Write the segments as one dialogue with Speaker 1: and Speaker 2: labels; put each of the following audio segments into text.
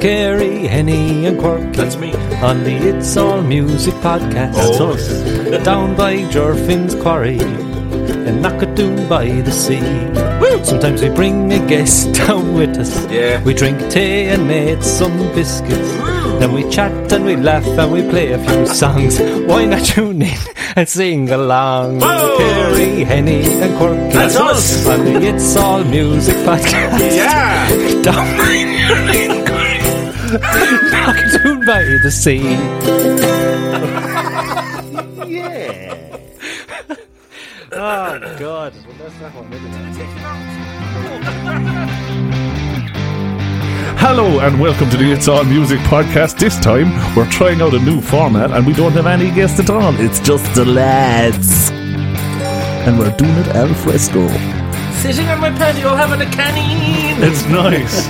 Speaker 1: Kerry, Henny, and Quirky.
Speaker 2: That's me.
Speaker 1: On the It's All Music podcast.
Speaker 2: That's Oh.
Speaker 1: Down by Jorfin's Quarry and Knockadoon by the sea. Sometimes we bring a guest down with us.
Speaker 2: Yeah.
Speaker 1: We drink tea and make some biscuits. Then we chat and we laugh and we play a few songs. Why not tune in and sing along?
Speaker 2: Whoa.
Speaker 1: Kerry, Henny, and Quirky.
Speaker 2: That's us.
Speaker 1: On the It's All Music podcast.
Speaker 2: Yeah.
Speaker 1: Down by Jorfin's Quarry. Knockadoon by the sea.
Speaker 3: Yeah.
Speaker 1: Oh, God. That's not what
Speaker 3: Hello and welcome to the It's All Music podcast. This time we're trying out a new format and we don't have any guests at all. It's just the lads. And we're doing it al fresco.
Speaker 2: Sitting on my patio having a canine.
Speaker 3: It's nice.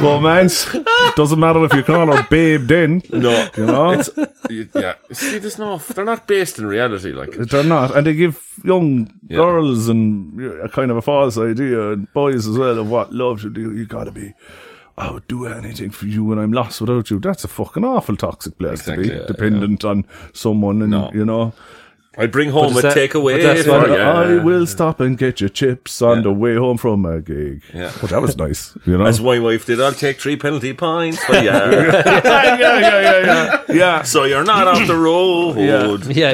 Speaker 3: Romance. Doesn't matter if you call her babe then.
Speaker 4: No,
Speaker 3: You know?
Speaker 4: You- yeah. See, there's no. They're not based in reality. Like,
Speaker 3: They're not. And they give young girls and a kind of a false idea, and boys as well, of what love should do. You gotta be. I would do anything for you when I'm lost without you. That's a fucking awful toxic place to
Speaker 4: Exactly,
Speaker 3: be,
Speaker 4: yeah,
Speaker 3: dependent on someone, and
Speaker 4: No.
Speaker 3: you know.
Speaker 4: I bring home a
Speaker 1: is that-
Speaker 4: takeaway.
Speaker 1: but that's
Speaker 4: for
Speaker 1: what-
Speaker 4: ya.
Speaker 3: I will stop and get you chips on the way home from a gig.
Speaker 4: Yeah.
Speaker 3: Oh, that was nice. You know.
Speaker 4: As my wife did, I'll take three penalty points for you.
Speaker 3: yeah, yeah, yeah, yeah, yeah. yeah.
Speaker 4: so you're not off the road.
Speaker 3: Yeah.
Speaker 1: Yeah,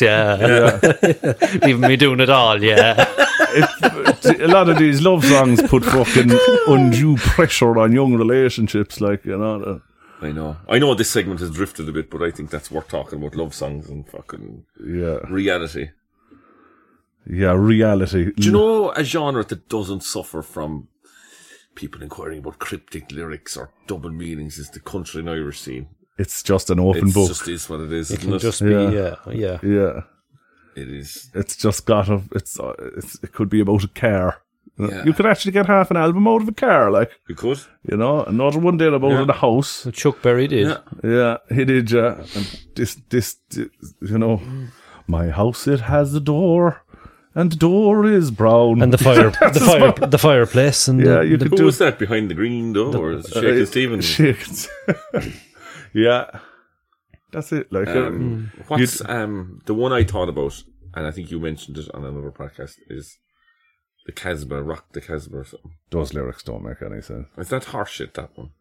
Speaker 1: yeah,
Speaker 3: it,
Speaker 1: bollocks, yeah. Leaving me doing it all, yeah.
Speaker 3: It- a lot of these love songs put fucking undue pressure on young relationships, like you know. uh,
Speaker 4: I know. I know this segment has drifted a bit, but I think that's worth talking about love songs and fucking
Speaker 3: Yeah,
Speaker 4: reality.
Speaker 3: yeah, reality.
Speaker 1: Hmm.
Speaker 4: Do you know a genre that doesn't suffer from people inquiring about cryptic lyrics or double meanings is the country and Irish scene.
Speaker 3: It's just an open
Speaker 4: It
Speaker 3: book.
Speaker 4: just is what it is.
Speaker 1: It
Speaker 4: isn't
Speaker 1: can
Speaker 4: it?
Speaker 1: just be,
Speaker 3: Yeah.
Speaker 1: yeah, yeah.
Speaker 3: yeah,
Speaker 4: it is.
Speaker 3: it's just got a. It's, uh, it's it could be about a car.
Speaker 4: Yeah.
Speaker 3: You could actually get half an album out of a car, like
Speaker 4: You could.
Speaker 3: you know. Another one did about the house.
Speaker 1: What Chuck Berry did.
Speaker 4: Yeah.
Speaker 3: Yeah, he did. Uh, and this, this, this, you know, my house it has a door, and the door is brown.
Speaker 1: And the fire, the fire, the fireplace, and
Speaker 3: yeah,
Speaker 1: the,
Speaker 3: you
Speaker 1: the,
Speaker 3: could
Speaker 4: Who
Speaker 3: do
Speaker 4: was that behind the green door? Is it Shaking
Speaker 3: Uh,
Speaker 4: Stevens.
Speaker 3: Shakens. yeah, that's it. Like, um,
Speaker 4: Um, what's um the one I thought about, and I think you mentioned it on another podcast, is the Casbah, Rock the Casbah or something.
Speaker 3: those lyrics don't make any sense.
Speaker 4: Is that harsh shit, that one?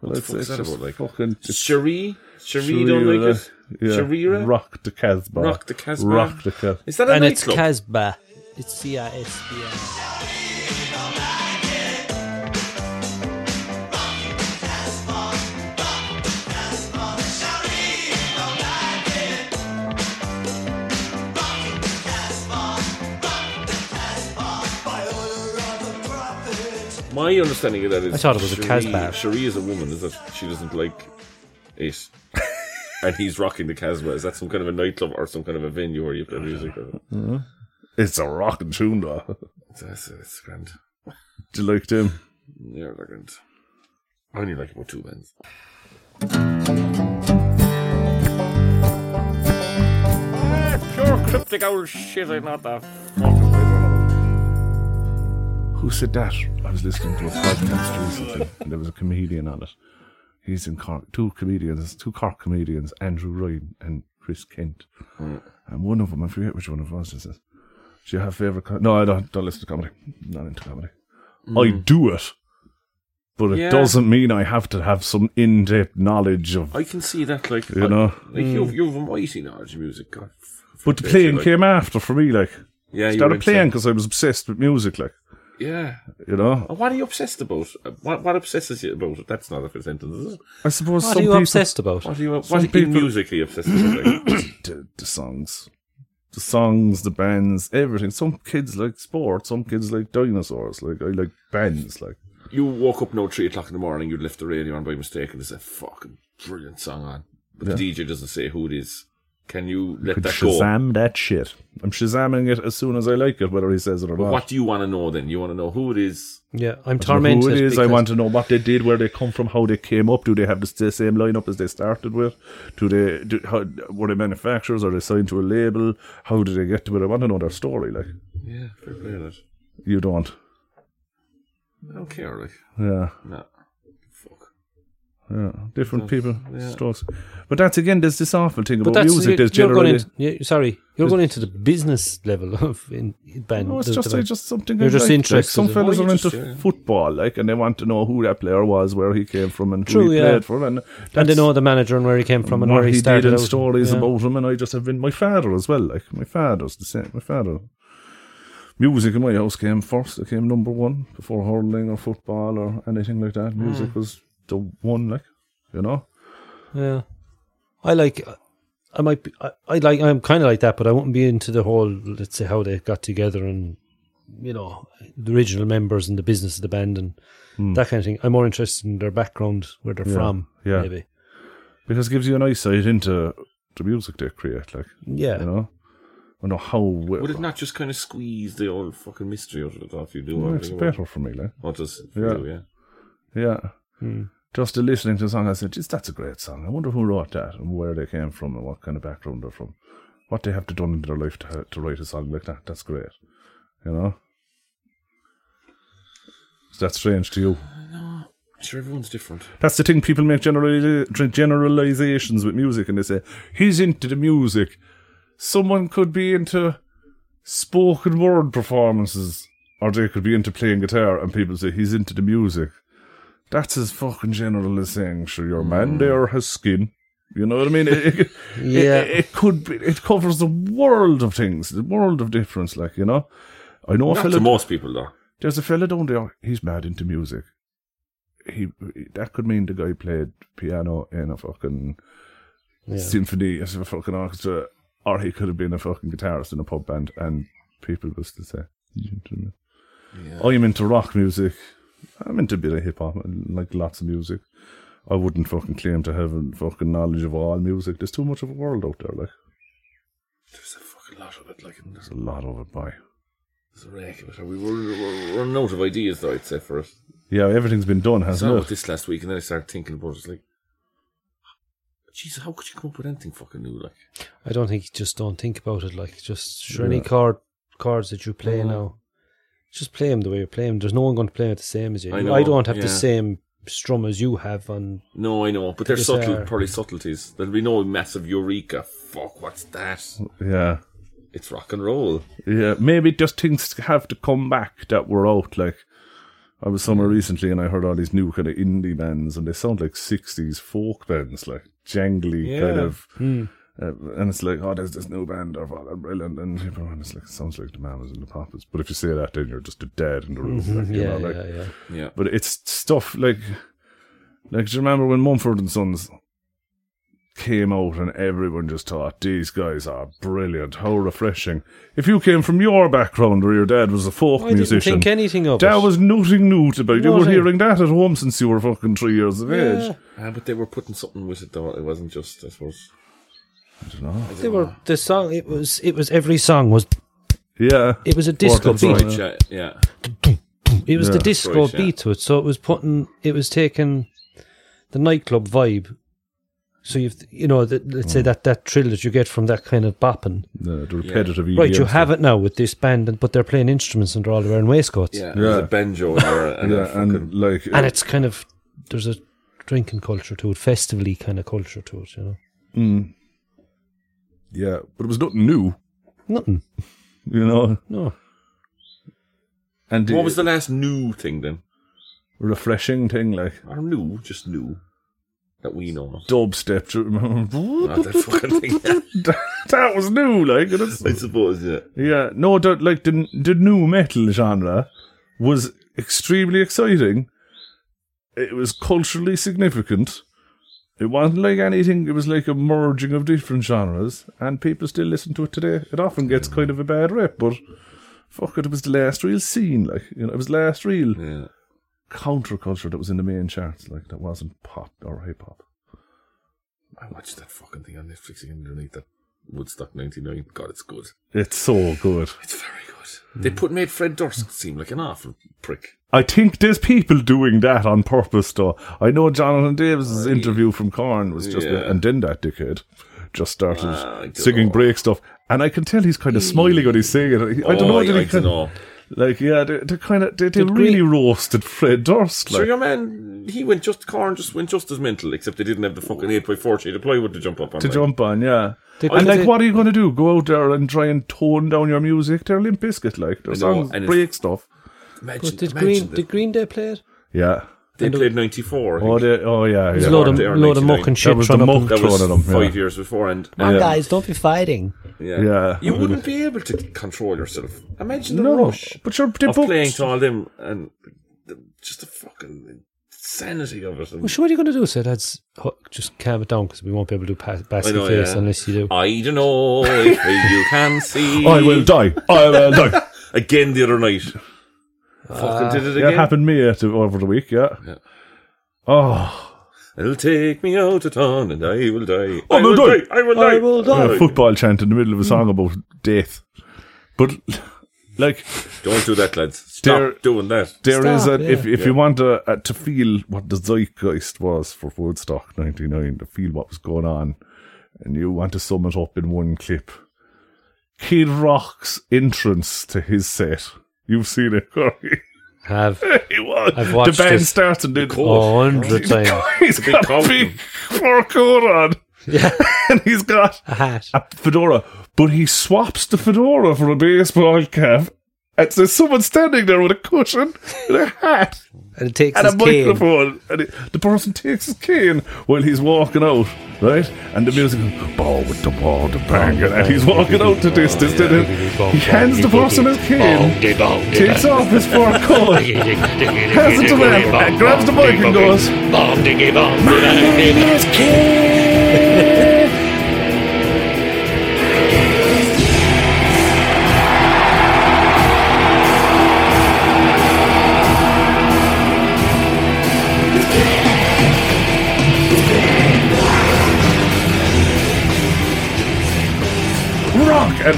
Speaker 3: Well,
Speaker 4: the fuck is that
Speaker 3: just
Speaker 4: about, like?
Speaker 3: fucking
Speaker 4: Cherie? Cherie
Speaker 3: Sheree
Speaker 4: don't
Speaker 3: with
Speaker 4: like
Speaker 3: that.
Speaker 4: it?
Speaker 3: Yeah.
Speaker 4: Sherira?
Speaker 3: Rock the Casbah.
Speaker 4: Rock the Casbah.
Speaker 3: Rock the Casbah.
Speaker 4: Is that a
Speaker 1: and it's
Speaker 4: nightclub?
Speaker 1: Casbah. It's C I S B A.
Speaker 4: My understanding of that is
Speaker 1: I thought it was a
Speaker 4: Cherie-
Speaker 1: Casbah.
Speaker 4: Cherie is a woman, is it? She doesn't like it. and he's rocking the Casbah. Is that some kind of a nightclub or some kind of a venue where you play music? Or...
Speaker 3: It's a rocking tune, though.
Speaker 4: That's, that's grand.
Speaker 3: Do you like them?
Speaker 4: Yeah, they're grand. I only like about two bands.
Speaker 2: Pure cryptic old shit, I'm not that.
Speaker 3: Who said that? I was listening to a podcast recently, and there was a comedian on it. He's in Cork. Two comedians, two Cork comedians, Andrew Ryan and Chris Kent. And one of them, I forget which one of us is. Do you have favorite? Co- no, I don't. Don't listen to comedy. Not into comedy. I do it, but it
Speaker 4: Yeah.
Speaker 3: doesn't mean I have to have some in-depth knowledge of
Speaker 4: I can see that, like,
Speaker 3: you
Speaker 4: I-
Speaker 3: know. Hmm.
Speaker 4: Like you've you've a mighty knowledge of music. God. f-
Speaker 3: But the
Speaker 4: fuck
Speaker 3: playing
Speaker 4: it, like-
Speaker 3: came after for me, like.
Speaker 4: Yeah, you were
Speaker 3: started playing
Speaker 4: into-
Speaker 3: because I was obsessed with music, like,
Speaker 4: Yeah.
Speaker 3: you know?
Speaker 4: And what are you obsessed about? Uh, What what obsesses you about it? That's not a good sentence, is it?
Speaker 3: I suppose
Speaker 1: What
Speaker 3: some
Speaker 1: are you
Speaker 3: people,
Speaker 1: obsessed about?
Speaker 4: What are you
Speaker 3: Some
Speaker 4: what people...
Speaker 3: people-
Speaker 4: in music are you obsessed with? Like?
Speaker 3: the, the songs, the songs, the bands, everything. Some kids like sports, some kids like dinosaurs. Like I like bands, like
Speaker 4: you woke up now three o'clock in the morning, you'd left the radio on by mistake and there's a fucking brilliant song on. But the DJ doesn't say who it is. Can you let
Speaker 3: could
Speaker 4: that go?
Speaker 3: Shazam that shit. I'm Shazamming it as soon as I like it, whether he says it or not.
Speaker 4: What do you want to know then? You want to know who it is?
Speaker 1: Yeah, I'm
Speaker 3: I don't know
Speaker 1: tormented.
Speaker 3: Who it is? I
Speaker 1: because-
Speaker 3: want to know what they did, where they come from, how they came up. Do they have the s- the same lineup as they started with? Do they do, how, were they manufacturers? Are they signed to a label? How did they get to it? I want to know their story. Like
Speaker 4: Yeah, fair play that.
Speaker 3: You don't.
Speaker 4: I don't care, like.
Speaker 3: Yeah.
Speaker 4: No. Fuck.
Speaker 3: Yeah. Different people. Strokes. But that's again, there's this awful thing
Speaker 1: But
Speaker 3: about
Speaker 1: that's
Speaker 3: music.
Speaker 1: you're,
Speaker 3: There's generally.
Speaker 1: going in, yeah, sorry, you're going into the business level of in, band.
Speaker 3: No, it's
Speaker 1: the-
Speaker 3: just,
Speaker 1: the-
Speaker 3: it's just something.
Speaker 1: You're
Speaker 3: I
Speaker 1: just
Speaker 3: like. Like,
Speaker 1: interested
Speaker 3: some
Speaker 1: in-
Speaker 3: fellas
Speaker 4: Oh, you
Speaker 3: are into
Speaker 4: just- yeah.
Speaker 3: football, like, and they want to know who that player was, where he came from, and
Speaker 1: True,
Speaker 3: who he
Speaker 1: yeah.
Speaker 3: played for,
Speaker 1: and
Speaker 3: and
Speaker 1: they
Speaker 3: that's-
Speaker 1: know the manager and where he came from and
Speaker 3: what
Speaker 1: where he,
Speaker 3: he
Speaker 1: started.
Speaker 3: did and
Speaker 1: out.
Speaker 3: stories
Speaker 1: Yeah.
Speaker 3: about him, and I just have been my father as well. Like my father's the same. My father, music in my house came first. It came number one before hurling or football or anything like that. Music
Speaker 1: Mm.
Speaker 3: was the one, like you know.
Speaker 1: Yeah, I like. I might. Be, I, I like. I'm kind of like that, but I wouldn't be into the whole. Let's say how they got together and you know the original members and the business of the band and that kind of thing. I'm more interested in their background, where they're from.
Speaker 3: Hmm. yeah.
Speaker 1: maybe.
Speaker 3: Because it gives you an insight into the music they create, like
Speaker 1: Yeah,
Speaker 3: you know. I know how.
Speaker 4: Would it not just kind of squeeze the old fucking mystery out of it if you do?
Speaker 3: Well,
Speaker 4: everything
Speaker 3: it's
Speaker 4: about-
Speaker 3: better for me, like.
Speaker 4: What does it
Speaker 3: Yeah.
Speaker 4: do, yeah?
Speaker 3: Yeah. Just uh, listening to the song, I said, Geez, that's a great song. I wonder who wrote that and where they came from and what kind of background they're from. What they have to done in their life to, to write a song like that. That's great. You know? Is that strange to you?
Speaker 4: Sure, everyone's different.
Speaker 3: That's the thing people make generali- generalizations with music and they say, he's into the music. Someone could be into spoken word performances or they could be into playing guitar and people say, he's into the music. That's as fucking general as saying, sure, your man there has skin. You know what I mean? It, it-
Speaker 1: Yeah.
Speaker 3: it, it could be, it covers the world of things, the world of difference, like, you know? I know a
Speaker 4: Not
Speaker 3: fella-
Speaker 4: to most people, though.
Speaker 3: there's a fella down there. He's mad into music. He that could mean the guy played piano in a fucking symphony, as a fucking orchestra, or he could have been a fucking guitarist in a pub band, and people used to say, "You into me." "I'm into rock music. I'm into a bit of hip hop. I like lots of music." I wouldn't fucking claim to have a fucking knowledge of all music. There's too much of a world out there. Like
Speaker 4: There's a fucking lot of it, like, and there's
Speaker 3: there's a lot of it, boy.
Speaker 4: there's a rake of it. We were, we're running out of ideas, though, I'd say, for it.
Speaker 3: Yeah, everything's been done,
Speaker 4: I saw
Speaker 3: hasn't
Speaker 4: about
Speaker 3: it?
Speaker 4: this last week, and then I started thinking about it. It's like, jeez, how could you come up with anything fucking new? Like,
Speaker 1: I don't think you just don't think about it. Like just sure, any chord chords that you
Speaker 3: Hmm.
Speaker 1: play now, just play them the way you play them. There's no one going to play it the same as you.
Speaker 4: I
Speaker 1: You-
Speaker 4: know,
Speaker 1: I don't have
Speaker 4: yeah.
Speaker 1: the same strum as you have on
Speaker 4: no, I know, but they're
Speaker 1: Just,
Speaker 4: subtle,
Speaker 1: uh,
Speaker 4: probably subtleties. There'll be no massive eureka. Fuck, what's that?
Speaker 3: Yeah.
Speaker 4: It's rock and roll.
Speaker 3: Yeah, maybe just things have to come back that were out. Like I was somewhere recently and I heard all these new kind of indie bands, and they sound like '60s folk bands, like jangly kind
Speaker 4: Yeah.
Speaker 3: of.
Speaker 1: Hmm.
Speaker 3: Uh, and it's like, oh, there's this new band, or oh, they're brilliant, and people are just like, it sounds like the Mamas and the Papas. But if you say that, then you're just a dead in the room. like, you
Speaker 1: Mm-hmm. Yeah,
Speaker 3: know, like,
Speaker 1: yeah, yeah.
Speaker 4: Yeah.
Speaker 3: but it's stuff like, like, do you remember when Mumford and Sons came out and everyone just thought these guys are brilliant, how refreshing. If you came from your background where your dad was a folk
Speaker 1: I didn't
Speaker 3: musician,
Speaker 1: think anything of
Speaker 3: that
Speaker 1: it.
Speaker 3: was nothing new to me. You were
Speaker 1: Nothing.
Speaker 3: hearing that at home since you were fucking three years of age.
Speaker 4: Ah, but they were putting something with it, though. It wasn't just, I suppose.
Speaker 3: I don't know.
Speaker 1: They were the song. It was. It was every song was.
Speaker 3: Yeah,
Speaker 1: It was a disco
Speaker 3: Orchid Boy.
Speaker 1: beat.
Speaker 4: Right, yeah. uh, yeah.
Speaker 1: It was the disco
Speaker 4: Right, yeah.
Speaker 1: beat to it. So it was putting. It was taking the nightclub vibe. So you've you know that let's say that that thrill that you get from that kind of bopping.
Speaker 3: the, the repetitive
Speaker 1: Right,
Speaker 3: EDM
Speaker 1: you
Speaker 3: stuff.
Speaker 1: have it now with this band, and, but they're playing instruments and they're all wearing waistcoats.
Speaker 4: Yeah, there's
Speaker 3: Yeah.
Speaker 4: a banjo there, and, a
Speaker 3: yeah,
Speaker 4: fucking-
Speaker 3: and like
Speaker 1: and it's kind of there's a drinking culture to it, festively kind of culture to it. You know,
Speaker 3: yeah, but it was nothing new,
Speaker 1: nothing.
Speaker 3: you know.
Speaker 1: No,
Speaker 3: And
Speaker 4: what was the last new thing then?
Speaker 3: refreshing thing like
Speaker 4: Or new, just new that we know of.
Speaker 3: dubstep? Do you remember?
Speaker 4: Not that fucking thing.
Speaker 3: that was new, like and it's-
Speaker 4: I suppose. Yeah.
Speaker 3: yeah. No, the, like the the new metal genre was extremely exciting. It was culturally significant. It wasn't like anything. It was like a merging of different genres, and people still listen to it today. It often gets kind of a bad rep, but fuck it, it was the last real scene. Like you know, it was the last real
Speaker 4: yeah.
Speaker 3: counterculture that was in the main charts. Like that wasn't pop or hip hop.
Speaker 4: I watched that fucking thing on Netflix again underneath that Woodstock '99. God, it's good.
Speaker 3: It's so good.
Speaker 4: It's very good.
Speaker 3: Hmm.
Speaker 4: They put made Fred Durst seem like an awful prick.
Speaker 3: I think there's people doing that on purpose, though. I know Jonathan Davis's interview from Corn was just,
Speaker 4: Yeah.
Speaker 3: and then that dickhead just started
Speaker 4: Ah, I don't
Speaker 3: singing
Speaker 4: know.
Speaker 3: break stuff, and I can tell he's kind of smiling when he's saying it. I don't
Speaker 4: Oh,
Speaker 3: know.
Speaker 4: I,
Speaker 3: that
Speaker 4: I
Speaker 3: he can,
Speaker 4: dunno.
Speaker 3: Like, yeah, they, they kind of they, they
Speaker 1: Did
Speaker 3: really roasted Fred Durst.
Speaker 4: So
Speaker 3: Like,
Speaker 4: your man, he went just Corn just went just as mental, except they didn't have the fucking eight by four sheet of plywood to jump up on.
Speaker 3: to
Speaker 4: like.
Speaker 3: jump on, yeah.
Speaker 1: They
Speaker 3: and
Speaker 1: kinda
Speaker 3: like,
Speaker 1: did-
Speaker 3: what are you going to do? Go out there and try and tone down your music? They're Limp Bizkit, like
Speaker 4: know,
Speaker 3: their songs
Speaker 4: and it's-
Speaker 3: break stuff.
Speaker 4: Imagine,
Speaker 1: But did
Speaker 4: imagine
Speaker 1: Green
Speaker 4: that.
Speaker 1: did Green Day play it?
Speaker 3: Yeah.
Speaker 4: they played ninety four.
Speaker 3: Oh, they, oh yeah,
Speaker 1: There's
Speaker 3: yeah.
Speaker 1: a load of
Speaker 4: they are
Speaker 1: load of
Speaker 4: 99.
Speaker 1: muck and
Speaker 3: That
Speaker 1: shit
Speaker 3: was
Speaker 1: thrown
Speaker 3: the
Speaker 1: up.
Speaker 3: muck
Speaker 1: and-
Speaker 4: That was
Speaker 3: throwing at 'em,
Speaker 4: five
Speaker 3: yeah.
Speaker 4: years before, and
Speaker 1: Come on, guys, don't be fighting.
Speaker 4: yeah.
Speaker 3: Yeah.
Speaker 4: you wouldn't be able to control yourself. Imagine the
Speaker 3: No,
Speaker 4: rush
Speaker 3: but you're they
Speaker 4: of playing
Speaker 3: booked.
Speaker 4: to all them and the, just the fucking insanity of it. And
Speaker 1: Well, sure, what are you going to do? So that's ho- just calm it down because we won't be able to do pa- basket
Speaker 4: know,
Speaker 1: face
Speaker 4: yeah.
Speaker 1: unless you do.
Speaker 4: I don't know if you can see.
Speaker 3: I will die. I will die.
Speaker 4: again the other night. fucking did it
Speaker 3: That
Speaker 4: again.
Speaker 3: happened to me at the, over the week. Yeah. Oh,
Speaker 4: It'll take me out of town and I will die.
Speaker 3: I will die.
Speaker 4: I will
Speaker 1: I
Speaker 4: die.
Speaker 1: will die.
Speaker 4: Oh.
Speaker 3: a football chant in the middle of a
Speaker 1: Hmm.
Speaker 3: song about death. But like,
Speaker 4: Don't do that, lads. Stop
Speaker 3: There-
Speaker 4: doing that.
Speaker 3: There is
Speaker 1: Stop,
Speaker 3: a
Speaker 1: yeah.
Speaker 3: if if you want to uh, to feel what the zeitgeist was for Woodstock '99, to feel what was going on, and you want to sum it up in one clip. Kid Rock's entrance to his set. You've seen it, Corey.
Speaker 1: Have
Speaker 3: He was-
Speaker 1: I've watched
Speaker 3: the band
Speaker 1: it. Oh,
Speaker 3: starts and then
Speaker 1: a hundred times.
Speaker 3: he's
Speaker 4: big
Speaker 3: got a
Speaker 4: coat.
Speaker 3: big fur coat on,
Speaker 1: Yeah,
Speaker 3: and he's got
Speaker 1: a hat.
Speaker 3: a fedora, but he swaps the fedora for a baseball cap. And there's someone standing there with a cushion and a hat
Speaker 1: And it takes
Speaker 3: and
Speaker 1: his
Speaker 3: a
Speaker 1: cane.
Speaker 3: microphone, and it, the person takes his cane while he's walking out, right? And the music, goes, ball with the ball, the bang, and he's walking out to this, this, this, and he hands the person his cane, takes off his fur coat, hands it to them, and grabs the mic and goes, "It's cane." Rock and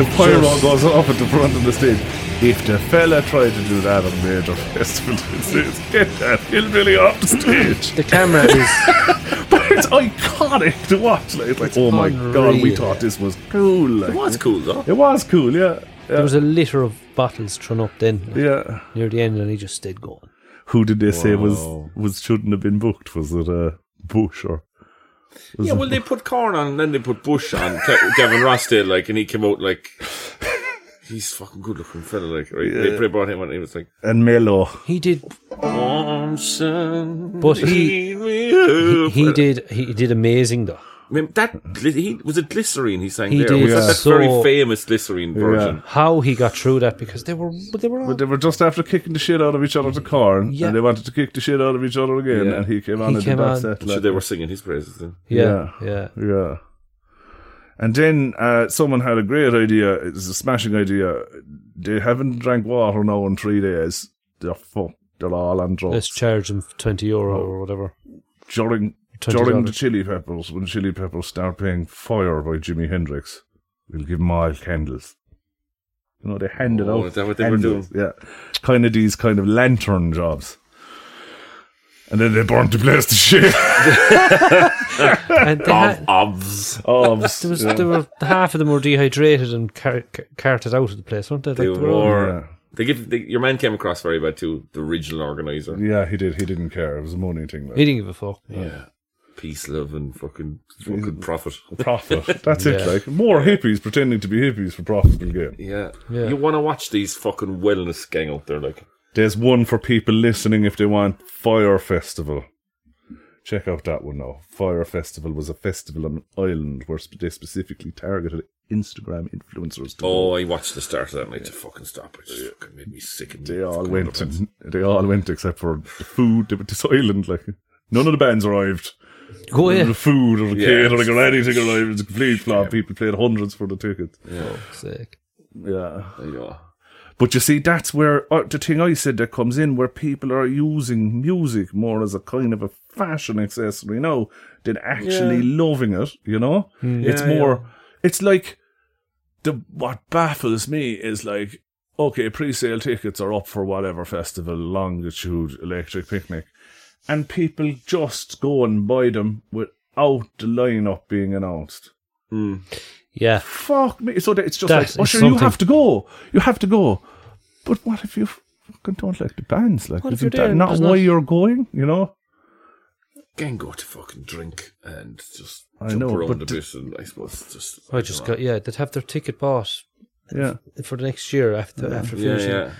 Speaker 3: the pyro goes off at the front of the stage. If the fella tried to do that on major festival, it says, get that hillbilly off the stage.
Speaker 1: The camera is
Speaker 3: But it's iconic to watch. Like, it's like, oh my god, we
Speaker 1: unreal.
Speaker 3: thought this was cool. Like,
Speaker 4: It was cool though.
Speaker 3: It was cool, yeah.
Speaker 1: there was a litter of bottles thrown up then like,
Speaker 3: Yeah.
Speaker 1: near the end, and he just stayed going.
Speaker 3: Who did they say was
Speaker 4: Wow.
Speaker 3: was shouldn't have been booked? Was it uh, Bush or
Speaker 4: Yeah, well, they put Corn on, and then they put Bush on. Ke- Gavin Rossdale, like, and he came out like he's fucking good looking fella, like. Right? They probably brought him on, and he was like,
Speaker 3: and Melo?
Speaker 1: He did,
Speaker 4: "Thompson,
Speaker 1: But he-
Speaker 4: lead me up."
Speaker 1: he did, he did amazing though.
Speaker 4: I mean, that gli- he was a glycerine. He sang
Speaker 1: He
Speaker 4: there.
Speaker 1: did
Speaker 4: Was that, that
Speaker 1: so-
Speaker 4: very famous glycerine version.
Speaker 1: How he got through that because they were, they were all
Speaker 3: But they were just after kicking the shit out of each other to Corn,
Speaker 1: Yeah.
Speaker 3: and they wanted to kick the shit out of each other again,
Speaker 4: Yeah.
Speaker 3: and he came
Speaker 1: He
Speaker 3: on and
Speaker 1: came
Speaker 3: did that
Speaker 1: on.
Speaker 3: set.
Speaker 4: So
Speaker 3: like-
Speaker 4: they were singing his praises then.
Speaker 1: Yeah, yeah.
Speaker 3: Yeah. And then uh, someone had a great idea. It's a smashing idea. They haven't drank water now in three days. They're fucked. They're all on drugs.
Speaker 1: Let's charge him twenty euro or whatever.
Speaker 3: during
Speaker 1: $20.
Speaker 3: during the Chili Peppers, when Chili Peppers start playing "Fire" by Jimi Hendrix, we'll give them all candles. You know they handed
Speaker 4: Oh,
Speaker 3: out.
Speaker 4: is that what they were
Speaker 3: candles, Yeah, kind of these kind of lantern jobs. And then they burnt the place to shit.
Speaker 1: And they had,
Speaker 4: Obvs.
Speaker 3: Obs,
Speaker 1: there Oh, was,
Speaker 3: yeah.
Speaker 1: there were half of them were dehydrated and car- car- carted out of the place, weren't they? Like,
Speaker 4: They
Speaker 1: were all-
Speaker 4: were.
Speaker 3: Yeah.
Speaker 4: They give they, your man came across very bad too. The original organizer.
Speaker 3: Yeah, he did. He didn't care. It was a money thing. Like.
Speaker 1: He didn't give a fuck.
Speaker 4: Yeah. Peace, love, and fucking fucking profit.
Speaker 3: profit. That's it.
Speaker 1: Yeah.
Speaker 3: Like more hippies pretending to be hippies for profitable gain.
Speaker 4: Yeah.
Speaker 1: Yeah.
Speaker 4: You want to watch these fucking wellness gang out there, like.
Speaker 3: There's one for people listening if they want Fire Festival. Check out that one now. Fire Festival was a festival on Ireland where sp- they specifically targeted Instagram influencers. To
Speaker 4: Oh, I watched the start of that night to fucking stop. It just fucking made me sick. And
Speaker 3: they all went. And they all went except for the food. They went to Ireland. Like none of the bands arrived.
Speaker 1: Go
Speaker 3: None of
Speaker 1: ahead.
Speaker 3: The food or the
Speaker 4: Yeah.
Speaker 3: catering or anything arrived. It was a complete flop. People paid hundreds for the tickets.
Speaker 1: Sick.
Speaker 3: Yeah.
Speaker 4: Yeah.
Speaker 3: But you see, that's where uh, the thing I said that comes in, where people are using music more as a kind of a fashion accessory now than actually loving it. You know, it's more. It's like the what baffles me is like, okay, pre-sale tickets are up for whatever festival, longitude, electric picnic, and people just go and buy them without the lineup being announced.
Speaker 1: Yeah.
Speaker 3: Fuck me! So that it's just
Speaker 1: That
Speaker 3: like, oh,
Speaker 1: is
Speaker 3: sure, you
Speaker 1: something.
Speaker 3: have to go. You have to go. But what if you fucking don't like the bands? Like,
Speaker 1: What if
Speaker 3: isn't
Speaker 1: you're there
Speaker 3: that
Speaker 1: and
Speaker 3: not
Speaker 1: there's
Speaker 3: why
Speaker 1: not-
Speaker 3: you're going? You know?
Speaker 4: Gang go to fucking drink and just
Speaker 3: I
Speaker 4: jump
Speaker 3: know,
Speaker 4: around
Speaker 3: but
Speaker 4: a
Speaker 3: d-
Speaker 4: bit and I suppose just
Speaker 1: I just got yeah. They'd have their ticket bought
Speaker 3: Yeah.
Speaker 1: for the next year after after
Speaker 4: yeah,
Speaker 1: finishing.
Speaker 4: yeah.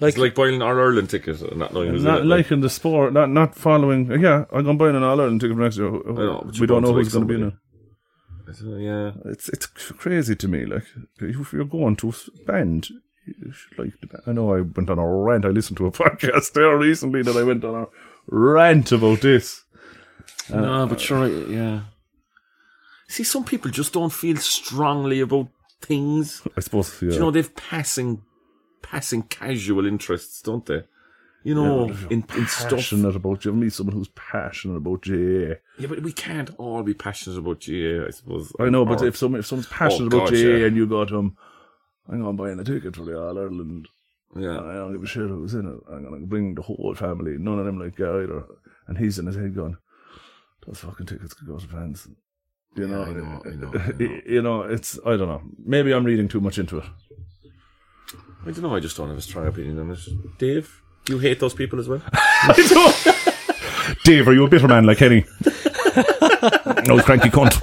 Speaker 1: Like,
Speaker 4: It's like buying an All Ireland ticket and not knowing who's
Speaker 3: Not
Speaker 4: in it. Like,
Speaker 3: liking the sport, not not following. Yeah, I'm going to buy an All Ireland ticket for next year.
Speaker 4: know, but you
Speaker 3: we don't
Speaker 4: want
Speaker 3: know
Speaker 4: to
Speaker 3: who's
Speaker 4: like
Speaker 3: going to be in it.
Speaker 4: somebody. Uh, yeah,
Speaker 3: It's it's crazy to me. Like if you're going to a band, you should like the band. I know I went on a rant. I listened to a podcast there recently that I went on a rant about this. Uh,
Speaker 4: no, but sure, yeah. See, some people just don't feel strongly about things.
Speaker 3: I suppose yeah.
Speaker 4: Do you know they've passing, passing casual interests, don't they? You know, in, in stuff.
Speaker 3: passionate about you. meet someone who's passionate about GA.
Speaker 4: Yeah, but we can't all be passionate about GA, I suppose.
Speaker 3: I know, but
Speaker 4: Or-
Speaker 3: if someone if someone's passionate
Speaker 4: Oh,
Speaker 3: about
Speaker 4: God,
Speaker 3: GA
Speaker 4: yeah.
Speaker 3: and you got him, I'm going buying a ticket for the All Ireland.
Speaker 4: yeah,
Speaker 3: I don't give a shit who's in it. I'm gonna bring the whole family. None of them like you either. And he's in his head going, those fucking tickets could go to fans. You know,
Speaker 4: I know, I know, I know.
Speaker 3: you know, it's I don't know. Maybe I'm reading too much into it.
Speaker 4: I don't know. I just don't have a strong opinion on it. Dave, you hate those people as well.
Speaker 3: Dave, are you a bitter man like Henny? no cranky cunt.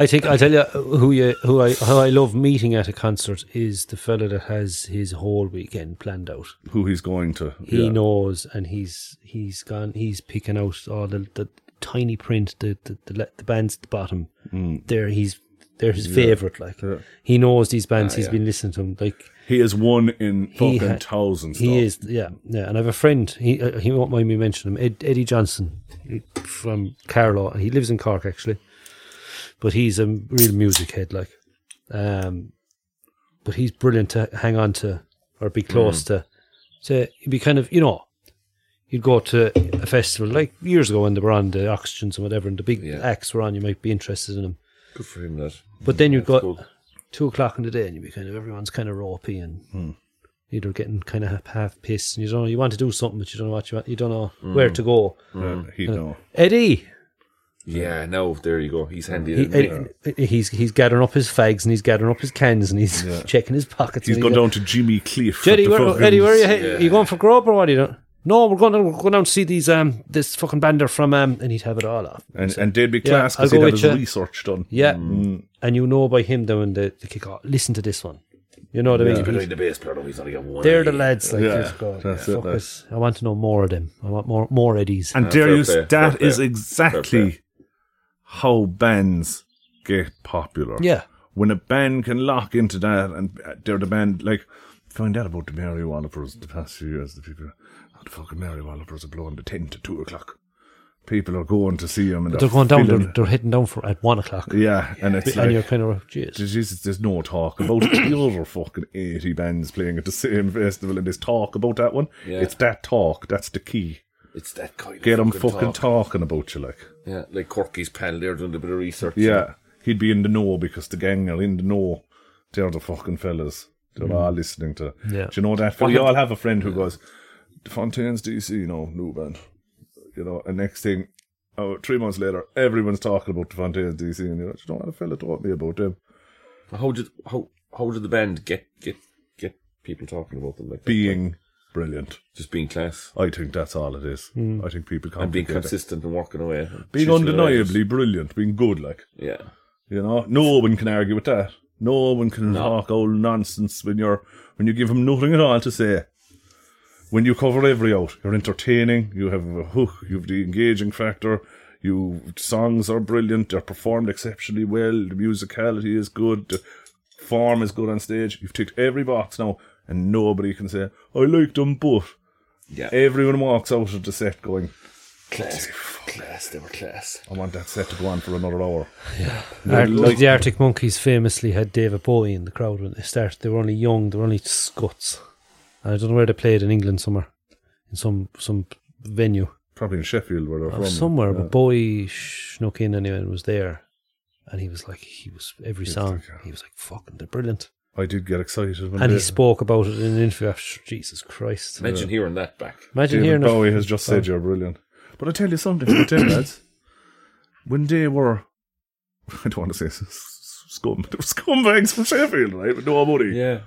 Speaker 1: I think I tell you who you who I how I love meeting at a concert is the fella that has his whole weekend planned out.
Speaker 3: Who he's going to?
Speaker 1: He
Speaker 3: yeah.
Speaker 1: knows, and he's he's gone. He's picking out all the, the tiny print, the the, the le- the bands at the bottom. Mm. There, he's they're his favorite. Like he knows these
Speaker 4: Ah,
Speaker 1: bands. He's been listening to them. Like
Speaker 3: He is one in
Speaker 1: He
Speaker 3: fucking
Speaker 1: ha-
Speaker 3: thousands.
Speaker 1: He
Speaker 3: though.
Speaker 1: is, yeah, yeah. And I have a friend. He uh, he won't mind me mentioning him. Ed, Eddie Johnson he- from Carlow. He lives in Cork actually, but he's a real music head. Like, um, but he's brilliant to hang on to or be close to. So he'd be kind of you know, you'd go to a festival like years ago when they were on the Oxygens and whatever, and the big
Speaker 4: Yeah.
Speaker 1: acts were on. You might be interested in them.
Speaker 4: Good for him, that.
Speaker 1: But then you've got
Speaker 4: cool.
Speaker 1: two o'clock in the day, and you be kind of everyone's kind of ropey and
Speaker 3: Hmm.
Speaker 1: either getting kind of half, half pissed, and you don't know you want to do something, but you don't know what you want, you don't know
Speaker 3: Hmm.
Speaker 1: where to go.
Speaker 3: Yeah, Um, he know.
Speaker 1: Eddie,
Speaker 4: Yeah, no, there you go. He's handy.
Speaker 1: he,
Speaker 4: isn't he?
Speaker 1: Eddie- he's he's gathering up his fags and he's gathering up his cans and he's checking his pockets.
Speaker 3: He's
Speaker 1: and
Speaker 3: gone
Speaker 1: go-
Speaker 3: down to Jimmy Cleef. at
Speaker 1: Jerry,
Speaker 3: the
Speaker 1: where,
Speaker 3: fucking-
Speaker 1: Eddie, where are you? he- you going for grub or what? Are you doing? No, we're going to we're going down to see these um this fucking bander from um and he'd have it all off.
Speaker 3: And, and they'd be class
Speaker 1: I'll
Speaker 3: because
Speaker 1: go
Speaker 3: he'd have
Speaker 1: with
Speaker 3: his
Speaker 1: ya.
Speaker 3: research done.
Speaker 1: Yeah,
Speaker 4: Mm.
Speaker 1: and you know by him doing the, the kick off. Listen to this one. You know what I mean?
Speaker 4: He's the bass player, though. He's only got one.
Speaker 1: They're the lads like
Speaker 3: Yeah,
Speaker 1: this. God,
Speaker 3: that's
Speaker 1: fuck
Speaker 3: it, like-
Speaker 1: this. I want to know more of them. I want more more Eddies.
Speaker 3: And
Speaker 4: Ah, fair
Speaker 3: Darius,
Speaker 4: play, fair
Speaker 3: that
Speaker 4: play,
Speaker 3: is
Speaker 4: fair
Speaker 3: exactly
Speaker 4: play.
Speaker 3: how bands get popular.
Speaker 1: Yeah.
Speaker 3: When a band can lock into that and uh, they're the band, like, find out about the Mary Wallopers the past few years. The people, oh, the fucking Mary Wallopers are blowing the 10 to 2 o'clock. People are going to see them. And
Speaker 1: They're going down. They're,
Speaker 3: feeling-
Speaker 1: they're heading down for at one o'clock,
Speaker 3: yeah, and it's
Speaker 1: and you're
Speaker 3: like,
Speaker 1: kind of jeez.
Speaker 3: there's, just- there's no talk about the other fucking 80 bands playing at the same festival and there's talk about that one.
Speaker 4: Yeah.
Speaker 3: It's that talk. That's the key.
Speaker 4: It's that kind of
Speaker 3: Get them
Speaker 4: fucking,
Speaker 3: fucking
Speaker 4: talk.
Speaker 3: talking about you, like.
Speaker 4: Yeah, like Corky's pal there doing a bit of research.
Speaker 3: Yeah, he'd be in the know because the gang are in the know. They're the fucking fellas.
Speaker 4: Mm.
Speaker 3: They're all listening to.
Speaker 1: Yeah.
Speaker 3: Do you know that? We all have a friend who goes, "The Fontaines DC, you know, new band." You know, and next thing, oh, three months later, everyone's talking about the Fontaines DC, and you're like, "Do you know what a fella taught me about them?"
Speaker 4: How did how how did the band get get get people talking about them like that?
Speaker 3: Being brilliant.
Speaker 4: just being class
Speaker 3: I think that's all it is. I think people
Speaker 4: and
Speaker 3: can't
Speaker 4: being consistent and walking away, and
Speaker 3: being
Speaker 4: chiseling it out.
Speaker 3: undeniably brilliant, being good, like
Speaker 4: Yeah,
Speaker 3: You know, no one can argue with that. No one can talk old nonsense when you're when you give them nothing at all to say. When you cover every out, you're entertaining. You have a hook. You've the engaging factor. You songs are brilliant. They're performed exceptionally well. The musicality is good. The form is good on stage. You've ticked every box now, and nobody can say I like them, but
Speaker 4: yeah,
Speaker 3: everyone walks out of the set going,
Speaker 4: class, class, they were class.
Speaker 3: I want that set to go on for another hour.
Speaker 1: Ar-
Speaker 3: like-
Speaker 1: Uh, like the Arctic Monkeys famously had David Bowie in the crowd when they started. They were only young. They were only scuts. And I don't know where they played in England somewhere, in some some venue
Speaker 3: Probably in Sheffield where they're
Speaker 1: or
Speaker 3: from.
Speaker 1: Oh, somewhere. But Bowie snuck in anyway and was there, and he was like, he was every song.
Speaker 3: uh,
Speaker 1: He was like, fucking, they're brilliant.
Speaker 3: I did get excited when
Speaker 1: And he
Speaker 3: they-
Speaker 1: spoke about it in an interview. After, Jesus Christ!
Speaker 4: Imagine hearing that back.
Speaker 1: Imagine
Speaker 3: David
Speaker 1: hearing a-
Speaker 3: Bowie has just said you're brilliant. But I tell you something about them lads. When they were, I don't want to say s- s- scum, they were scumbags from Sheffield, right? With no money.
Speaker 4: Yeah,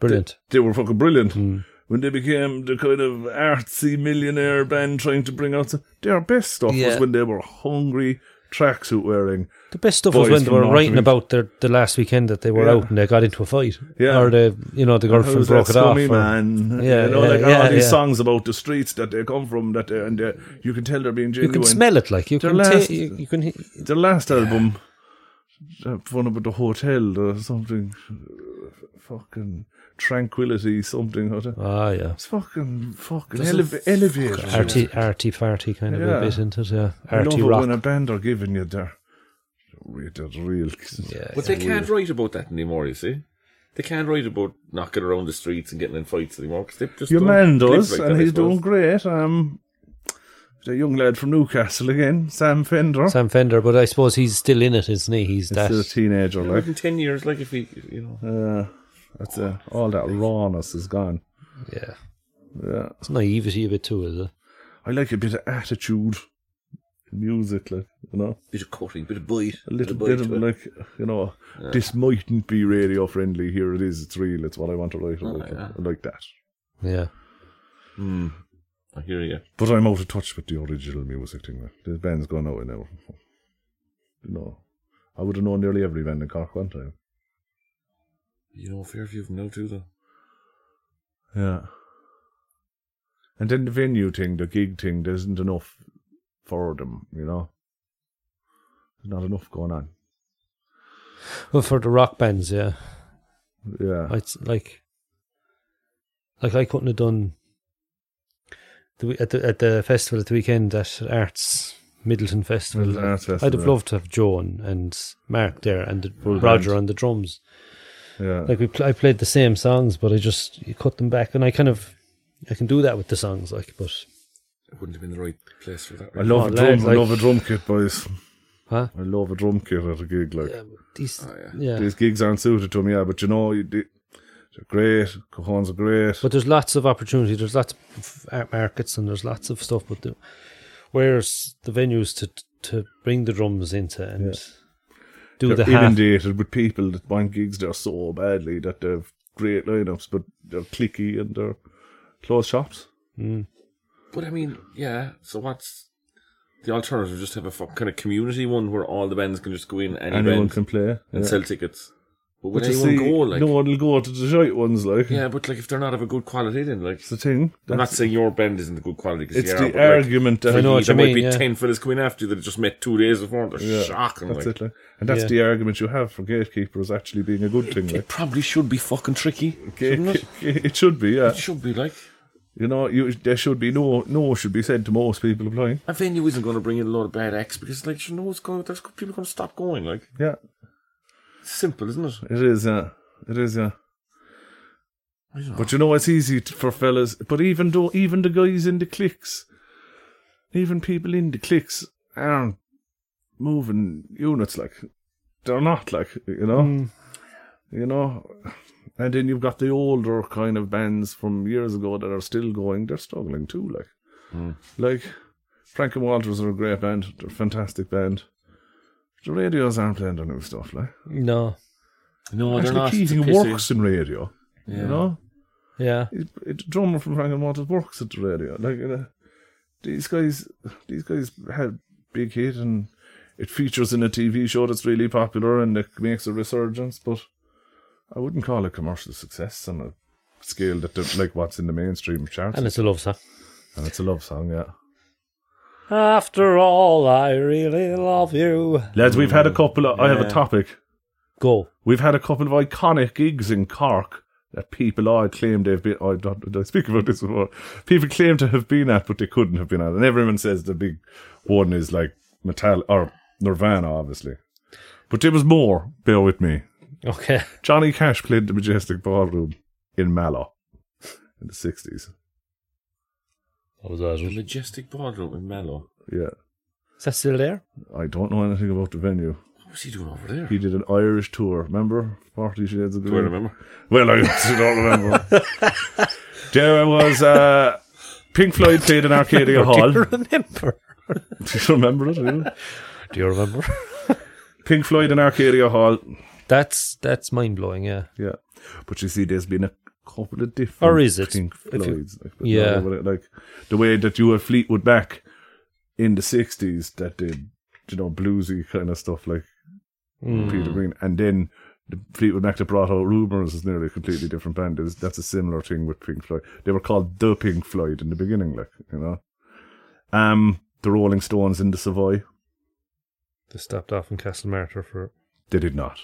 Speaker 1: Brilliant.
Speaker 3: They were fucking brilliant.
Speaker 1: Hmm.
Speaker 3: When they became the kind of artsy millionaire band trying to bring out some, their best stuff was
Speaker 5: Yeah.
Speaker 3: when they were hungry tracksuit wearing.
Speaker 1: The best stuff was
Speaker 3: Boys
Speaker 1: when they
Speaker 3: from
Speaker 1: were
Speaker 3: North
Speaker 1: writing
Speaker 3: Wales.
Speaker 1: about their the last weekend that they were
Speaker 3: Yeah.
Speaker 1: out and they got into a fight.
Speaker 3: Yeah.
Speaker 1: Or the you know the
Speaker 3: Who's
Speaker 1: girlfriend broke
Speaker 3: that
Speaker 1: it off.
Speaker 3: scummy
Speaker 1: or-
Speaker 3: man.
Speaker 1: Yeah,
Speaker 3: you know,
Speaker 1: yeah,
Speaker 3: like
Speaker 1: yeah,
Speaker 3: all these
Speaker 1: yeah.
Speaker 3: songs about the streets that they come from. That they, and they, you can tell they're being
Speaker 1: you
Speaker 3: genuine.
Speaker 1: can smell it like you
Speaker 3: Their
Speaker 1: can
Speaker 3: last-
Speaker 1: ta- you, you can he-
Speaker 3: Their last album, that one about the hotel or something, uh, fucking tranquility, something. Or that.
Speaker 1: ah yeah.
Speaker 3: It's fucking fucking elev- elevated.
Speaker 1: Arty, arty, farty kind of
Speaker 3: Yeah.
Speaker 1: a bit into it, yeah.
Speaker 3: I love
Speaker 1: Arty
Speaker 3: it
Speaker 1: rock.
Speaker 3: when a band are giving you their real, their real
Speaker 1: yeah,
Speaker 4: But
Speaker 1: yeah.
Speaker 4: they can't write about that anymore, you see. They can't write about knocking around the streets and getting in fights anymore because they just
Speaker 3: Your
Speaker 4: don't
Speaker 3: man
Speaker 4: live
Speaker 3: does,
Speaker 4: like
Speaker 3: and
Speaker 4: that, I
Speaker 3: he's doing
Speaker 4: suppose.
Speaker 3: great. Um, the young lad from Newcastle again, Sam Fender.
Speaker 1: Sam Fender, but I suppose he's still in it, isn't he? He's
Speaker 3: He's
Speaker 1: that.
Speaker 3: still a teenager, like
Speaker 4: Even ten years, like if he, you know,
Speaker 3: uh, that's uh, all that rawness is gone.
Speaker 1: Yeah.
Speaker 3: Yeah,
Speaker 1: It's naivety a bit too, is it?
Speaker 3: I like a bit of attitude, music, like you know,
Speaker 4: bit of cutting, bit of bite,
Speaker 3: a little
Speaker 4: bite
Speaker 3: bit
Speaker 4: to
Speaker 3: of
Speaker 4: it.
Speaker 3: like you know, this mightn't be radio friendly. Here it is, it's real. It's what I want to write
Speaker 4: Oh,
Speaker 3: about. I like that.
Speaker 1: Yeah.
Speaker 4: I hear you.
Speaker 3: But I'm out of touch with the original music thing. man. The band's gone out now. You know, I would have known nearly every band in Cork one time.
Speaker 4: You know, Fairview from now too, though.
Speaker 3: Yeah. And then the venue thing, the gig thing, there isn't enough for them. You know, there's not enough going on.
Speaker 1: Well, for the rock bands, yeah.
Speaker 3: Yeah,
Speaker 1: I'd s- like, like I couldn't have done the, we- at the at the festival at the weekend at Arts Middleton Festival.
Speaker 3: Middleton Arts
Speaker 1: I'd have
Speaker 3: Festival.
Speaker 1: loved to have Joan and Mark there and the-
Speaker 3: Full
Speaker 1: Roger
Speaker 3: band.
Speaker 1: on the drums.
Speaker 3: yeah.
Speaker 1: Like we, pl- I played the same songs, but I just you cut them back, and I kind of I can do that with the songs, like. But
Speaker 4: It wouldn't have been the right place for that.
Speaker 3: I
Speaker 4: Right?
Speaker 3: love
Speaker 1: Oh,
Speaker 3: a drum.
Speaker 1: lads,
Speaker 3: I love a
Speaker 1: like-
Speaker 3: drum kit, boys.
Speaker 1: Huh?
Speaker 3: I love a drum kit at a gig. Like
Speaker 1: yeah, um, these,
Speaker 3: Oh,
Speaker 4: yeah.
Speaker 1: yeah.
Speaker 3: these gigs aren't suited to me, yeah. But you know, you, they- they're great. Cajones are great.
Speaker 1: But there's lots of opportunity. There's lots of art markets and there's lots of stuff. But the, where's the venues to to bring the drums into and do the
Speaker 3: they're
Speaker 1: half?
Speaker 3: inundated with people that want gigs there so badly that they've great lineups, but they're clicky and they're closed shops.
Speaker 4: But I mean, yeah. So what's the alternative? Just have a fucking kind of community one where all the bands can just go in, any
Speaker 3: Anyone
Speaker 4: band,
Speaker 3: can play.
Speaker 4: and
Speaker 3: yeah.
Speaker 4: sell tickets. But would
Speaker 3: But you
Speaker 4: anyone
Speaker 3: see,
Speaker 4: go? Like,
Speaker 3: no one will go to the shite ones. Like
Speaker 4: yeah. But like, if they're not of a good quality, then like,
Speaker 3: it's the thing.
Speaker 4: I'm not
Speaker 3: That's-
Speaker 4: saying your band isn't a good quality. 'cause
Speaker 3: it's
Speaker 4: you are,
Speaker 3: the
Speaker 4: but, like,
Speaker 3: argument. that
Speaker 1: I know what
Speaker 4: there
Speaker 1: you
Speaker 4: might
Speaker 1: mean,
Speaker 4: be
Speaker 1: yeah.
Speaker 4: ten fellas coming after you that have just met two days before. They're
Speaker 3: Yeah,
Speaker 4: shocking.
Speaker 3: That's
Speaker 4: like.
Speaker 3: it, like. and that's
Speaker 1: Yeah.
Speaker 3: the argument you have for gatekeepers actually being a good thing.
Speaker 4: It
Speaker 3: Like.
Speaker 4: probably should be fucking tricky. shouldn't
Speaker 3: It,
Speaker 4: It
Speaker 3: it should be, yeah.
Speaker 4: It should be like
Speaker 3: You know, you, there should be no no should be said to most people applying.
Speaker 4: a venue isn't going to bring in a lot of bad acts because like you know what's going. There's people going to stop going. Like
Speaker 3: Yeah,
Speaker 4: it's simple, isn't it?
Speaker 3: it is. Yeah, it is. Yeah. But you know, it's easy t for fellas. But even though, even the guys in the cliques, even people in the cliques aren't moving units like they're not like you know, you know. And then you've got the older kind of bands from years ago that are still going. They're struggling too, like, like Frank and Walters are a great band. They're a fantastic band. The radios aren't playing their new stuff, like.
Speaker 1: No,
Speaker 4: No, they're
Speaker 3: Actually,
Speaker 4: not. It's a
Speaker 3: Keating
Speaker 4: piss
Speaker 3: works in radio. You know,
Speaker 1: yeah,
Speaker 3: it, it, the drummer from Frank and Waters works at the radio. Like you know, these guys, these guys had big hit, and it features in a TV show that's really popular and it makes a resurgence. But I wouldn't call it commercial success on a scale that the- like what's in the mainstream charts.
Speaker 1: and it's a love song.
Speaker 3: and it's a love song, yeah.
Speaker 1: After all, I really love you.
Speaker 3: Lads, we've had a couple. Of, I have a topic.
Speaker 1: Go.
Speaker 3: We've had a couple of iconic gigs in Cork that people all claim they've been. I, don't, did I speak about this before. People claim to have been at, but they couldn't have been at. And everyone says the big one is like Metal or Nirvana, obviously. But there was more. Bear with me.
Speaker 1: Okay.
Speaker 3: Johnny Cash played the Majestic Ballroom in Mallow in the sixties.
Speaker 4: The majestic ballroom in Mallow.
Speaker 3: Yeah,
Speaker 1: Is that still there?
Speaker 3: I don't know anything about the venue.
Speaker 4: What was he doing over there?
Speaker 3: He did an Irish tour. Remember, Forty Shades of
Speaker 4: Do I
Speaker 3: Grey.
Speaker 4: remember?
Speaker 3: Well, I obviously don't remember. there was uh, Pink Floyd played in Arcadia Hall. Do
Speaker 1: Remember?
Speaker 3: you remember it? really?
Speaker 1: Do you remember?
Speaker 3: Pink Floyd in Arcadia Hall.
Speaker 1: that's that's mind blowing. Yeah.
Speaker 3: Yeah, but you see, there's been a couple of different
Speaker 1: Or is it?
Speaker 3: Pink
Speaker 1: If you-
Speaker 3: Floyds. like, but
Speaker 1: Yeah.
Speaker 3: no, but like the way that you had Fleetwood Mac in the sixties that did you know bluesy kind of stuff like
Speaker 1: Hmm.
Speaker 3: Peter Green, and then the Fleetwood Mac that brought out Rumours is nearly a completely different band. There's- That's a similar thing with Pink Floyd. They were called the Pink Floyd in the beginning, like you know. Um, the Rolling Stones in the Savoy.
Speaker 1: They stopped off in Castle Martyr for.
Speaker 3: They did not.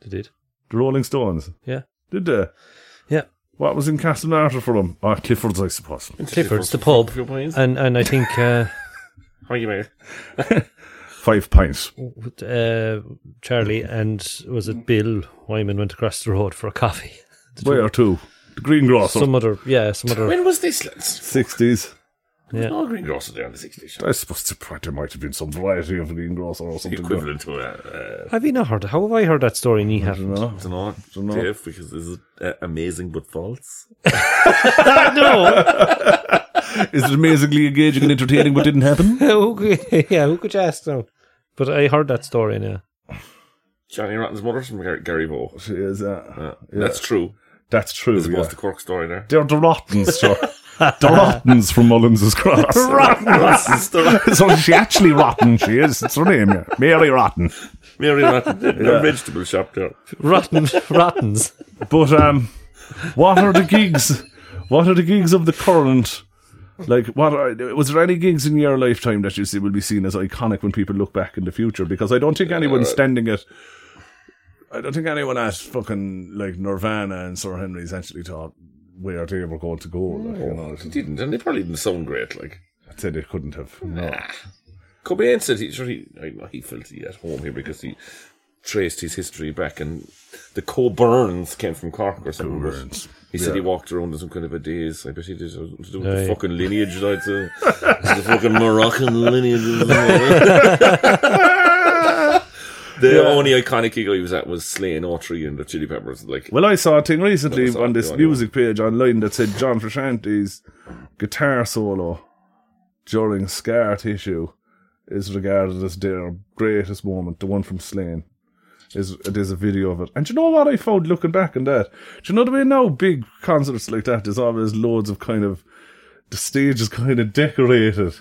Speaker 1: They did.
Speaker 3: The Rolling Stones.
Speaker 1: Yeah.
Speaker 3: Did they?
Speaker 1: Yeah.
Speaker 3: What was in Castlemartin for them? Ah, Clifford's, I suppose.
Speaker 1: Clifford's, the pub.
Speaker 4: Few points.
Speaker 1: And and I think uh,
Speaker 4: How you make it?
Speaker 3: Five pints.
Speaker 1: with, uh, Charlie and was it Bill Wyman went across the road for a coffee.
Speaker 3: Where two? The greengrocer.
Speaker 1: Some other, yeah, some other.
Speaker 4: When was this? lads?
Speaker 3: 60s.
Speaker 1: uh, Yeah.
Speaker 4: No greengrocer there in the 60s.
Speaker 3: I suppose there probably- there might have been some variety of greengrocer or something.
Speaker 4: Equivalent to a. Uh,
Speaker 1: Have you not heard? How have I heard that story? And he
Speaker 3: I don't
Speaker 1: haven't.
Speaker 3: know.
Speaker 4: I don't
Speaker 3: Dunno.
Speaker 4: know, Dave, because this is uh, amazing but false.
Speaker 1: no.
Speaker 3: Is it amazingly engaging and entertaining but didn't happen?
Speaker 1: Who could- yeah, who could you ask now? But I heard that story now.
Speaker 4: Johnny Rotten's mother's from Gar- Gary Moore.
Speaker 3: She is, uh,
Speaker 4: Uh, That's true.
Speaker 3: that's true.
Speaker 4: As opposed
Speaker 3: yeah.
Speaker 4: to Cork story there.
Speaker 3: They're the Rottens, sure. the Rottens from Mullins's Cross.
Speaker 4: Rottens. The Rot-
Speaker 3: so she actually rotten, she is. It's her name, yeah. Mary Rotten.
Speaker 4: Mary Rotten, the the vegetable shop there.
Speaker 1: Rotten, rottens.
Speaker 3: But um, what are the gigs? What are the gigs of the current? Like, what are, was there any gigs in your lifetime that you see will be seen as iconic when people look back in the future? Because I don't think anyone standing at, I don't think anyone at fucking like Nirvana and Sir Henry essentially thought where they were going to go. Like, you know,
Speaker 4: They didn't, and they probably didn't sound great. Like
Speaker 3: I'd say they couldn't have. No.
Speaker 4: Cobain said, he sure he, I know he felt he at home here because he traced his history back, and the Coburns came from Cork or something. but
Speaker 3: Coburns.
Speaker 4: He said he walked around in some kind of a daze. I bet he did something to do with
Speaker 1: Aye.
Speaker 4: the fucking lineage, like the, the fucking Moroccan lineage. the only iconic gig I was at was Slay and Autry and the Chili Peppers. Like,
Speaker 3: Well, I saw a thing recently
Speaker 4: That was
Speaker 3: on this
Speaker 4: the only
Speaker 3: music page online that said John Frusciante's guitar solo during Scar Tissue is regarded as their greatest moment, the one from Slain. Is there's a video of it, and do you know what I found looking back on that? Do you know the way now big concerts like that? There's always loads of kind of the stage is kind of decorated.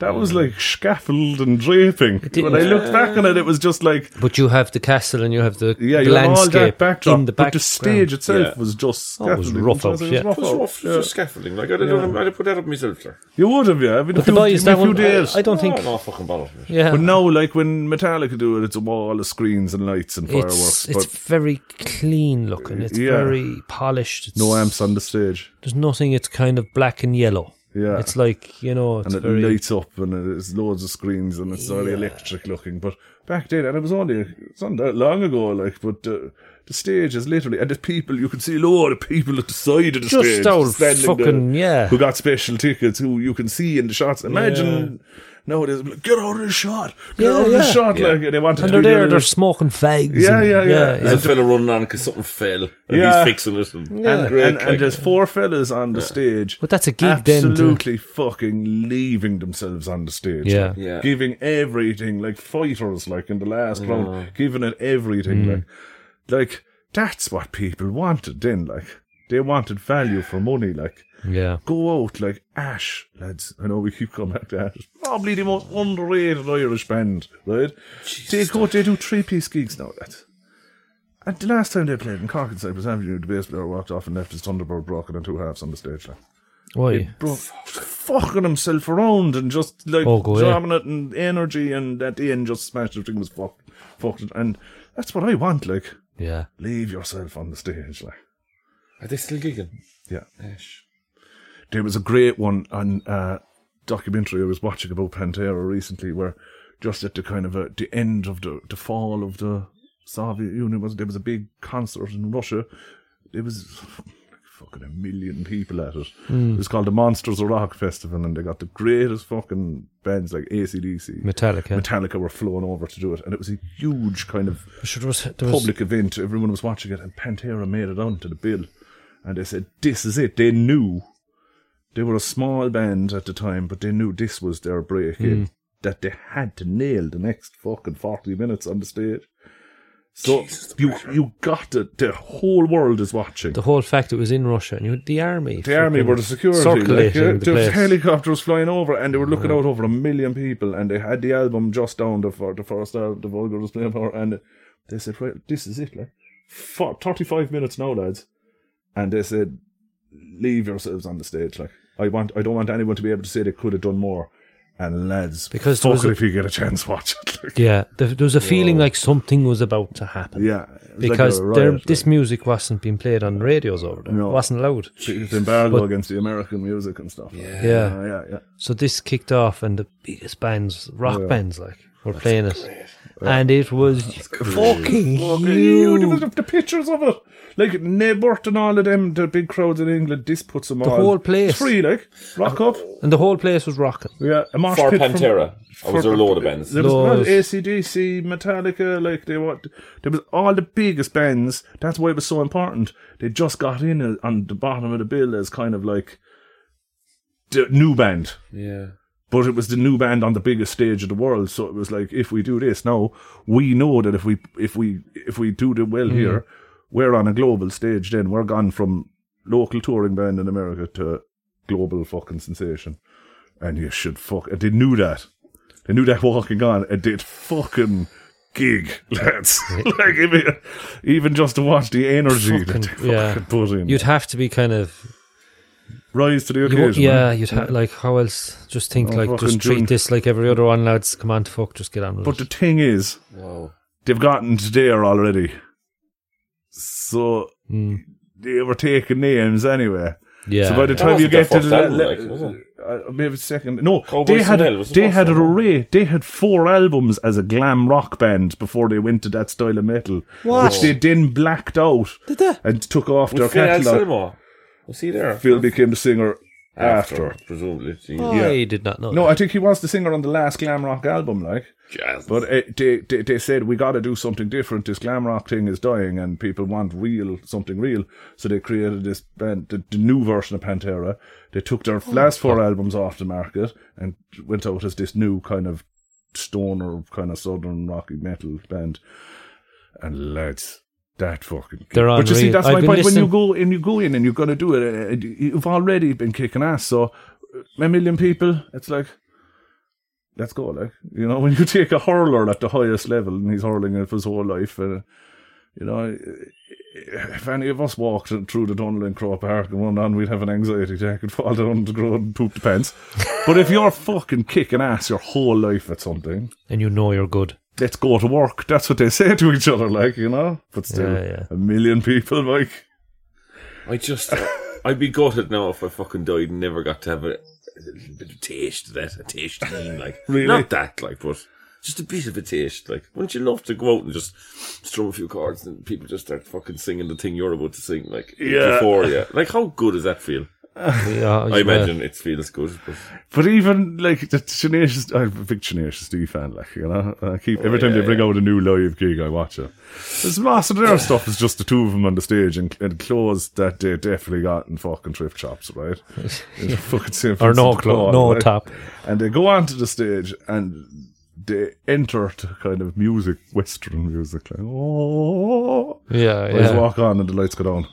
Speaker 3: That
Speaker 4: Mm.
Speaker 3: was like scaffold and draping. When I looked back on it, it was just like
Speaker 1: But you have the castle and you have the
Speaker 3: yeah, you had all
Speaker 1: landscape
Speaker 3: that backdrop,
Speaker 1: in the
Speaker 3: but
Speaker 1: background.
Speaker 3: the stage itself
Speaker 4: Yeah.
Speaker 3: was just
Speaker 1: Oh, it was rough out, yeah.
Speaker 4: it was rough,
Speaker 3: yeah.
Speaker 4: just scaffolding. Like, I'd, I'd, I'd have put that up myself there.
Speaker 3: You would have, yeah. I mean,
Speaker 1: But the boys, that one, I, I don't
Speaker 4: I
Speaker 1: think.
Speaker 4: don't know, fucking bother.
Speaker 1: Yeah,
Speaker 3: But now, like when Metallica do it, it's a wall of screens and lights and
Speaker 1: it's
Speaker 3: fireworks,
Speaker 1: it's
Speaker 3: but
Speaker 1: very clean looking. It's
Speaker 3: Yeah.
Speaker 1: very polished. It's,
Speaker 3: no amps on the stage.
Speaker 1: There's nothing. It's kind of black and yellow.
Speaker 3: Yeah.
Speaker 1: it's like you know, it's
Speaker 3: and it
Speaker 1: very
Speaker 3: lights up and there's loads of screens and it's very electric looking. But back then, and it was only it's not that long ago, like, but uh, the stage is literally and the people you could see a lot of people at the side of the
Speaker 1: Just
Speaker 3: stage,
Speaker 1: old
Speaker 3: standing
Speaker 1: fucking-
Speaker 3: there,
Speaker 1: yeah.
Speaker 3: who got special tickets, who you can see in the shots. Imagine. Nowadays, like, get out of the shot, get
Speaker 1: Yeah,
Speaker 3: out of the
Speaker 1: yeah.
Speaker 3: shot, like, and they want to
Speaker 1: And
Speaker 3: be
Speaker 1: they're there.
Speaker 3: there.
Speaker 1: They're smoking fags.
Speaker 3: Yeah,
Speaker 1: and-
Speaker 3: yeah, yeah.
Speaker 4: There's a fella running on because something fell, and
Speaker 3: Yeah.
Speaker 4: he's fixing it. And,
Speaker 3: and,
Speaker 4: great,
Speaker 3: and, and
Speaker 4: like,
Speaker 3: there's four fellas on the stage.
Speaker 1: But that's a gig then. to-
Speaker 3: absolutely fucking leaving themselves on the stage.
Speaker 1: Yeah.
Speaker 3: like,
Speaker 4: Yeah. Uh-huh.
Speaker 3: Giving everything, like fighters, like in the last round, giving it
Speaker 1: Mm.
Speaker 3: everything. Like, like, that's what people wanted then. Like, they wanted value for money. Like,
Speaker 1: Yeah.
Speaker 3: go out like Ash, lads. I know we keep coming back to Ash. Probably the most underrated Irish band, right? they go, they do three piece gigs now, lads. And the last time they played in Cork and Cypress Avenue, the bass player walked off and left his Thunderbird broken in two halves on the stage. Like,
Speaker 1: Why?
Speaker 3: bro, fucking himself around and just like
Speaker 1: Oh, go, yeah.
Speaker 3: jamming it and energy, and at the end just smashed the thing was fucked, fucked. it. And that's what I want. Like,
Speaker 1: Yeah.
Speaker 3: leave yourself on the stage, like.
Speaker 4: Are they still gigging?
Speaker 3: Yeah. There was a great one on uh, documentary I was watching about Pantera recently, where just at the kind of uh the end of the the fall of the Soviet Union was there was a big concert in Russia. There was fucking a million people at it. It was called the Monsters of Rock Festival, and they got the greatest fucking bands like ACDC.
Speaker 1: Metallica.
Speaker 3: Metallica were flown over to do it, and it was a huge kind of
Speaker 1: Sure, there was, there was,
Speaker 3: public event. Everyone was watching it, and Pantera made it onto the bill. And they said, "This is it." They knew they were a small band at the time, but they knew this was their
Speaker 1: Hmm.
Speaker 3: break in. That they had to nail the next fucking forty minutes on the stage. So you you got the the whole world is watching.
Speaker 1: The whole fact it was in Russia and you had the army.
Speaker 3: The army
Speaker 1: fucking
Speaker 3: were the security. Like,
Speaker 1: Circulating
Speaker 3: uh,
Speaker 1: the
Speaker 3: there was
Speaker 1: place.
Speaker 3: helicopters flying over, and they were looking out over a million people, and they had the album just down the for the first album the Vulgar was playing for, and they said, "Right, this is it, like, for thirty-five minutes now, lads," and they said, "Leave yourselves on the stage, like, I want, I don't want anyone to be able to say they could have done more." And lads,
Speaker 1: Because there
Speaker 3: fuck
Speaker 1: was
Speaker 3: it
Speaker 1: a-
Speaker 3: if you get a chance, watch it. like.
Speaker 1: yeah, there, there was a feeling like something was about to happen.
Speaker 3: yeah, it was like
Speaker 1: Because
Speaker 3: a riot,
Speaker 1: there,
Speaker 3: like.
Speaker 1: this music wasn't being played on radios over there.
Speaker 3: No.
Speaker 1: It wasn't allowed.
Speaker 3: It's embargo against the American music and stuff. Yeah,
Speaker 1: Yeah.
Speaker 3: yeah, yeah.
Speaker 1: So this kicked off, and the biggest bands, rock bands, like were playing it, and it was fucking
Speaker 3: You
Speaker 1: huge.
Speaker 3: the pictures of it, like Nebert and all of them, the big crowds in England. This puts them the all
Speaker 1: whole place.
Speaker 3: free, like rock up.
Speaker 1: and the whole place was rocking.
Speaker 3: Yeah, a mosh
Speaker 4: For
Speaker 3: pit from-
Speaker 4: Pantera. I was
Speaker 3: for-
Speaker 4: there a load of bands.
Speaker 3: There was
Speaker 1: Loads.
Speaker 3: ACDC, Metallica, like they were. There was all the biggest bands. That's why it was so important. They just got in uh, on the bottom of the bill as kind of like the new band.
Speaker 4: Yeah.
Speaker 3: but it was the new band on the biggest stage of the world. So it was like, if we do this now, we know that if we if we if we do the well here, we're on a global stage. Then we're gone from local touring band in America to global fucking sensation, and you should fuck. And they knew that. They knew that walking on, and did fucking gig, lads. like even, even just to watch the energy that they
Speaker 1: Fucking-
Speaker 3: fucking
Speaker 1: yeah.
Speaker 3: put in,
Speaker 1: You'd have to be kind of,
Speaker 3: rise to the
Speaker 1: you,
Speaker 3: occasion.
Speaker 1: yeah.
Speaker 3: man.
Speaker 1: You'd ha- like how else? Just think
Speaker 3: No,
Speaker 1: like
Speaker 3: fucking
Speaker 1: just treat
Speaker 3: June.
Speaker 1: this like every other one, lads. Come on, fuck, just get on with
Speaker 3: But the
Speaker 1: it.
Speaker 3: thing is, they've gotten to there already. So
Speaker 1: Mm,
Speaker 3: they were taking names anyway.
Speaker 1: yeah,
Speaker 3: so by the
Speaker 4: That
Speaker 3: time you
Speaker 4: wasn't
Speaker 3: get
Speaker 4: their
Speaker 3: to the
Speaker 4: first album,
Speaker 3: le-
Speaker 4: like, was it?
Speaker 3: uh, maybe second, no,
Speaker 4: Cowboys
Speaker 3: they
Speaker 4: and
Speaker 3: had
Speaker 4: Hell was the
Speaker 3: they
Speaker 4: first
Speaker 3: had an
Speaker 4: album.
Speaker 3: array. They had four albums as a glam rock band before they went to that style of metal,
Speaker 1: What?
Speaker 3: which they then blacked out
Speaker 1: Did they?
Speaker 3: and took off
Speaker 4: With Phil
Speaker 3: their catalog.
Speaker 4: Anselmo. Was he there?
Speaker 3: Phil became the singer after.
Speaker 4: Presumably.
Speaker 1: I did not know.
Speaker 3: No,
Speaker 1: that.
Speaker 3: I think he was the singer on the last glam rock album, like.
Speaker 4: Jazz.
Speaker 3: But uh, they, they they said we got to do something different. This glam rock thing is dying, and people want real something real. So they created this band, the, the new version of Pantera. They took their last four albums off the market and went out as this new kind of stoner, kind of southern rocky metal band. And lads, that fucking.
Speaker 1: They're
Speaker 3: but you see,
Speaker 1: unreal.
Speaker 3: that's
Speaker 1: I've
Speaker 3: my
Speaker 1: been
Speaker 3: point. When you
Speaker 1: listening-
Speaker 3: go and you go in and you're gonna do it, uh, you've already been kicking ass. So uh, a million people, it's like let's go. Like you know, when you take a hurler at the highest level and he's hurling it for his whole life, and you know, uh, if any of us walked through the tunnel in Crow Park and one on, we'd have an anxiety attack and fall down the ground and poop the pants. but if you're fucking kicking ass your whole life at something,
Speaker 1: and you know you're good.
Speaker 3: let's go to work. That's what they say to each other. Like you know, but still,
Speaker 1: Yeah, yeah.
Speaker 3: a million people, Mike.
Speaker 4: I just, I'd be gutted now if I fucking died and never got to have a, a little bit of taste of that, a taste of mean, like,
Speaker 3: Really?
Speaker 4: not that, like, but just a bit of a taste, like, wouldn't you love to go out and just strum a few chords and people just start fucking singing the thing you're about to sing, like,
Speaker 3: Yeah.
Speaker 4: euphoria. Like, how good does that feel?
Speaker 1: Yeah,
Speaker 4: I imagine it feels good, but
Speaker 3: But even like the tenacious, I'm a big tenacious D fan. Like you know, I keep
Speaker 1: Oh,
Speaker 3: every time they bring out a new live gig, I watch it. This most of their stuff is just the two of them on the stage, and, and clothes that they definitely got in fucking thrift shops, right? It's fucking same
Speaker 1: Or no
Speaker 3: thing.
Speaker 1: clo- no top.
Speaker 3: And they go onto the stage and they enter to kind of music, Western music, like oh,
Speaker 1: Yeah,
Speaker 3: Whereas
Speaker 1: yeah.
Speaker 3: walk on and the lights go down.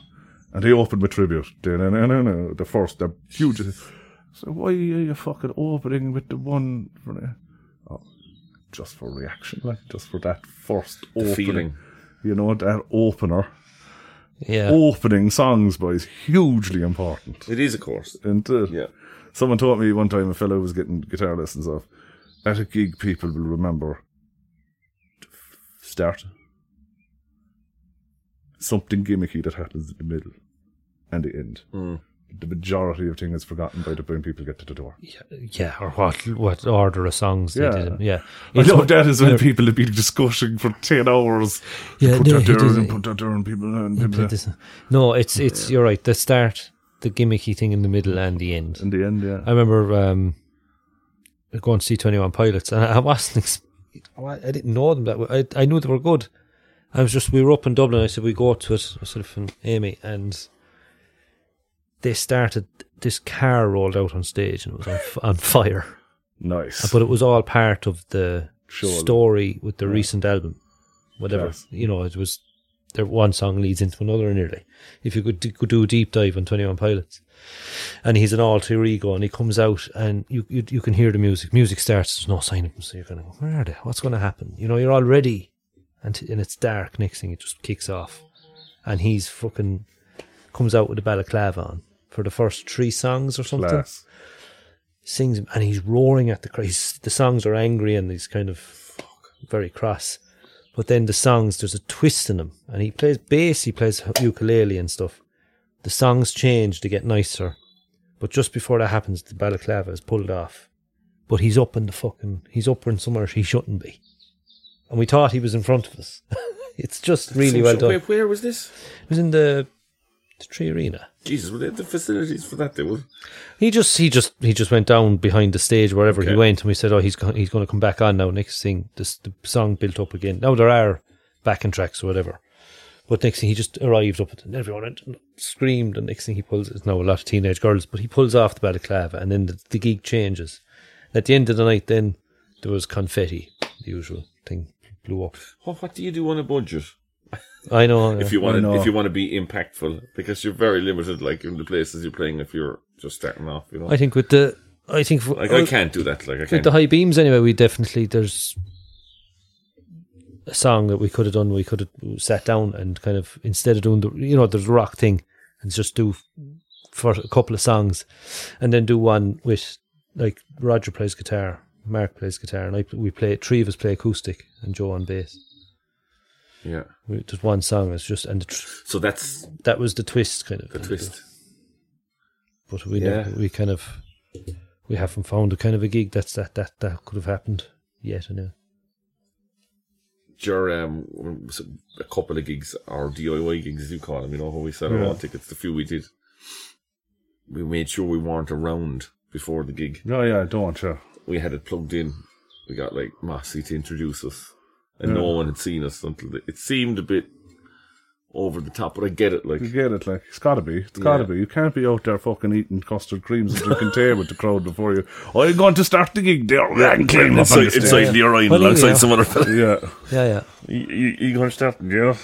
Speaker 3: And they opened with tribute. Da-na-na-na-na, The first, the huge. So why are you fucking opening with the one for the- Oh, just for reaction, like just for that first opening,
Speaker 4: feeling.
Speaker 3: you know, that opener.
Speaker 1: yeah.
Speaker 3: Opening songs, boys, hugely important.
Speaker 4: it is, of course.
Speaker 3: Isn't it?
Speaker 4: Yeah.
Speaker 3: Someone taught me one time, a fellow was getting guitar lessons off. At a gig, people will remember the f- start, something gimmicky that happens in the middle, and the end.
Speaker 1: Hmm.
Speaker 3: The majority of things is forgotten by the time people get to the door.
Speaker 1: yeah, or what what order of songs
Speaker 3: Yeah.
Speaker 1: they did. 'em, Yeah,
Speaker 3: I
Speaker 1: It's
Speaker 3: know
Speaker 1: what-
Speaker 3: that is when people have been discussing for 10 hours.
Speaker 1: Yeah,
Speaker 3: put
Speaker 1: no,
Speaker 3: that
Speaker 1: he
Speaker 3: there
Speaker 1: does
Speaker 3: and
Speaker 1: it. Mm,
Speaker 3: put that there and people. And, people
Speaker 1: But this- no, it's it's you're right. The start, the gimmicky thing in the middle and the end.
Speaker 3: in the end, yeah.
Speaker 1: I remember um, going to see Twenty One Pilots, and I wasn't. Ex- well, I didn't know them that well. I I knew they were good. I was just we were up in Dublin. I said we go to it. I said from Amy, and they started. This car rolled out on stage and it was on, f- on fire,
Speaker 3: nice.
Speaker 1: but it was all part of the
Speaker 3: Sure.
Speaker 1: story with the recent album. whatever.
Speaker 3: Class.
Speaker 1: You know, it was there. One song leads into another nearly. If you could, d- could do a deep dive on Twenty One Pilots, and he's an alter ego, and he comes out, and you, you you can hear the music. Music starts. There's no sign of him, so you're kind of go, where are they? What's going to happen? You know, you're already, and t- and it's dark. Next thing, it just kicks off, and he's fucking comes out with a balaclava on for the first three songs or something
Speaker 3: Class.
Speaker 1: sings him, and he's roaring at the crowd. He's- The songs are angry and he's kind of very cross. But then the songs, there's a twist in them, and he plays bass, he plays ukulele and stuff. The songs change, they get nicer. But just before that happens, the balaclava is pulled off. But he's up in the fucking, he's up in somewhere he shouldn't be. And we thought he was in front of us. it's just really
Speaker 4: Some
Speaker 1: well
Speaker 4: shop-
Speaker 1: done.
Speaker 4: Wait, where was this?
Speaker 1: It was in the, the Tree Arena.
Speaker 4: Jesus, well, they had the facilities for that, they would.
Speaker 1: He just he just he just went down behind the stage wherever he
Speaker 4: Okay.
Speaker 1: went, and we said, "Oh, he's go- he's going to come back on now." Next thing, this the song built up again. Now there are backing tracks or whatever, but next thing he just arrived up and everyone went and screamed. And next thing he pulls, it's now a lot of teenage girls, but he pulls off the balaclava, and then the, the gig changes. At the end of the night, then there was confetti, the usual thing blew up.
Speaker 4: What, what do you do on a budget?
Speaker 1: I know
Speaker 4: If
Speaker 1: yeah.
Speaker 4: you
Speaker 3: I
Speaker 4: want to,
Speaker 3: know.
Speaker 4: if you want to be impactful, because you're very limited, like in the places you're playing. If you're just starting off, you know,
Speaker 1: I think with the I think for-
Speaker 4: like I can't do that. Like I
Speaker 1: With
Speaker 4: can't.
Speaker 1: the high beams, anyway, we definitely there's a song that we could have done. We could have sat down and kind of instead of doing the you know the rock thing, and just do f- for a couple of songs, and then do one with like Roger plays guitar, Mark plays guitar, and I we play three of us play acoustic, and Joe on bass.
Speaker 4: Yeah.
Speaker 1: We, there's one song. It's just and the tr-
Speaker 4: So that's
Speaker 1: that was the twist kind of
Speaker 4: the twist.
Speaker 1: But we
Speaker 4: Yeah.
Speaker 1: never- we kind of we haven't found a kind of a gig that's that that that could have happened yet. I know.
Speaker 4: Your um, was it a couple of gigs or DIY gigs, as you call them, you know, when we sell our own tickets. The few we did, we made sure we weren't around before the gig.
Speaker 3: No, yeah, I don't want to.
Speaker 4: we had it plugged in. We got like Mossy to introduce us, and no one had seen us until the, it seemed a bit over the top. But I get it. Like,
Speaker 1: Mm-hmm.
Speaker 3: You get it, like, it's gotta be. It's gotta
Speaker 4: Yeah.
Speaker 3: be. You can't be out there fucking eating custard creams and drinking tea with the crowd before you. Oh, you're going to start the gig there. Yeah, and clean up on the stage.
Speaker 4: the orion,
Speaker 1: Well, yeah.
Speaker 4: other fella.
Speaker 3: Yeah.
Speaker 1: Yeah, yeah.
Speaker 4: You, gonna start? Yeah.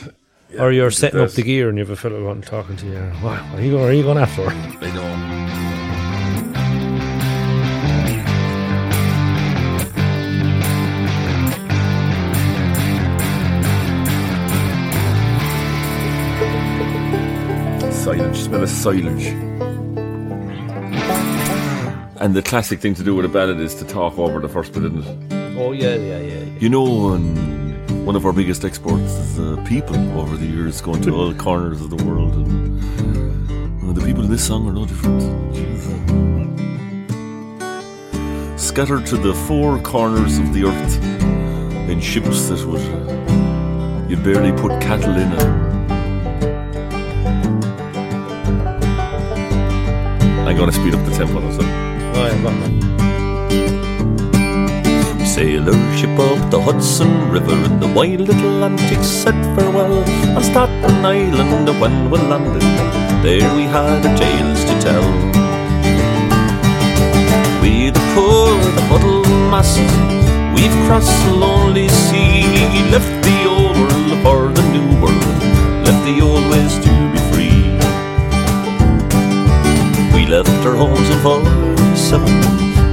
Speaker 1: or you're setting up
Speaker 4: does.
Speaker 1: the gear and you have a fellow wanting talking to you. Wow, are you going? Are you going after? her?
Speaker 4: I know. Silage, smell of silage. And the classic thing to do with a ballad is to talk over the first bit, isn't it?
Speaker 1: Oh yeah, yeah, yeah. yeah.
Speaker 4: You know, and one of our biggest exports is uh, people over the years going to all corners of the world. And uh, the people in this song are no different. Scattered to the four corners of the earth in ships that would. You'd barely put cattle in it. I gotta speed up the tempo now, so.
Speaker 1: Oh, yeah, but-
Speaker 4: Sailor ship up the Hudson River and the wide little Atlantic said farewell on Staten Island when we landed. There we had our tales to tell. We the poor, the huddled masses, we've crossed the lonely sea, left the old world for the new world, left the old ways to be free. We left our homes in 47,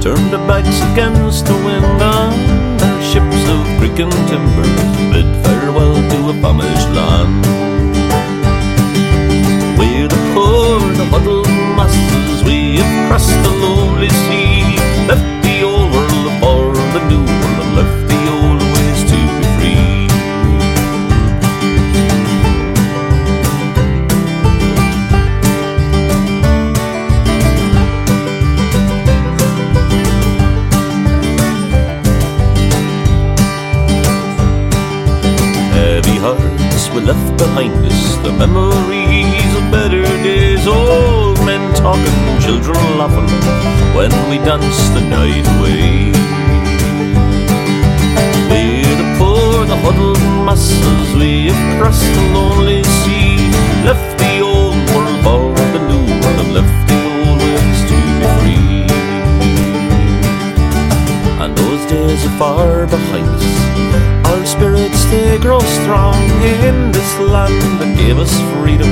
Speaker 4: turned our backs against the wind on our ships of creek and timber, bid farewell to a famished land. We're the poor, the huddled masses, we have crossed the lonely sea, left the old world for the new world, and left the old ways to be free. Heavy hearts were left behind us, the memories of better days. Old men talking, children laughing, when we danced the night away. We're the poor, the huddled masses, we have crossed the lonely sea, left the old world for the new world, and left the old ways to be free. And those days are far behind us. Our spirits they grow
Speaker 6: wrong in this land that gave us freedom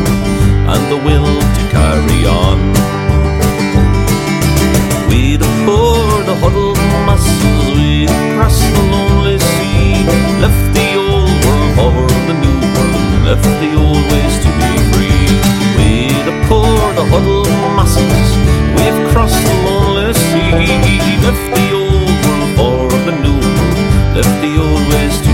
Speaker 6: and the will to carry on. We'd abhor the huddled masses, we'd cross the lonely sea, left the old world for the new world, left the old ways to be free. We'd abhor the huddled masses, we've crossed the lonely sea, left the old world for the new world, left the old ways to be free.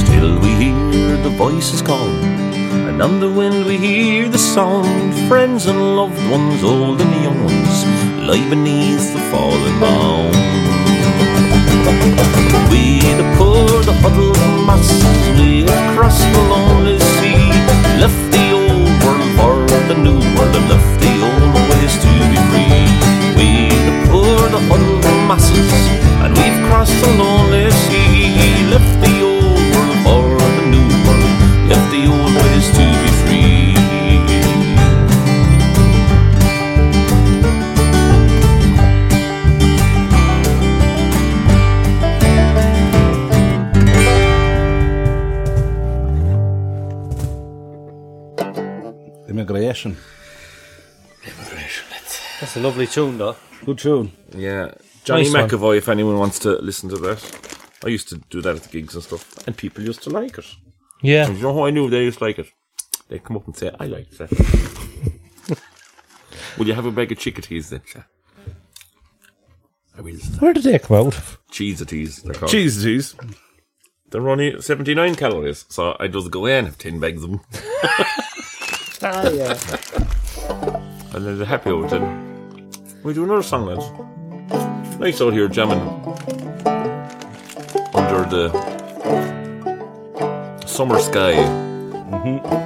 Speaker 6: Still we hear the voices call, and on the wind we hear the sound. Friends and loved ones, old and young ones, lie beneath the fallen mound. We the poor, the huddled masses, we have crossed the lonely sea, left the old world for the new world, and left the old ways to be free. We the poor, the huddled masses, and we've crossed the lonely sea, left the old world for the new world, left the old ways to be free.
Speaker 7: Immigration.
Speaker 1: That's a lovely tune, though.
Speaker 7: Good tune.
Speaker 4: Yeah. Johnny
Speaker 1: Nice one.
Speaker 4: McAvoy, if anyone wants to listen to that. I used to do that at the gigs and stuff. And people used to like it.
Speaker 1: Yeah.
Speaker 4: You know how I knew they used to like it? They'd come up and say, I liked that. Will you have a bag of chickatees then? sir?" I will.
Speaker 1: Where did they come out?
Speaker 4: Cheese-atees, they're called.
Speaker 3: Jeez, jeez.
Speaker 4: They're only 79 calories, so I just go in and have 10 bags of them. And then they're happy over it. We do another song, lads. Nice out here jamming under the summer sky. Mm-hmm.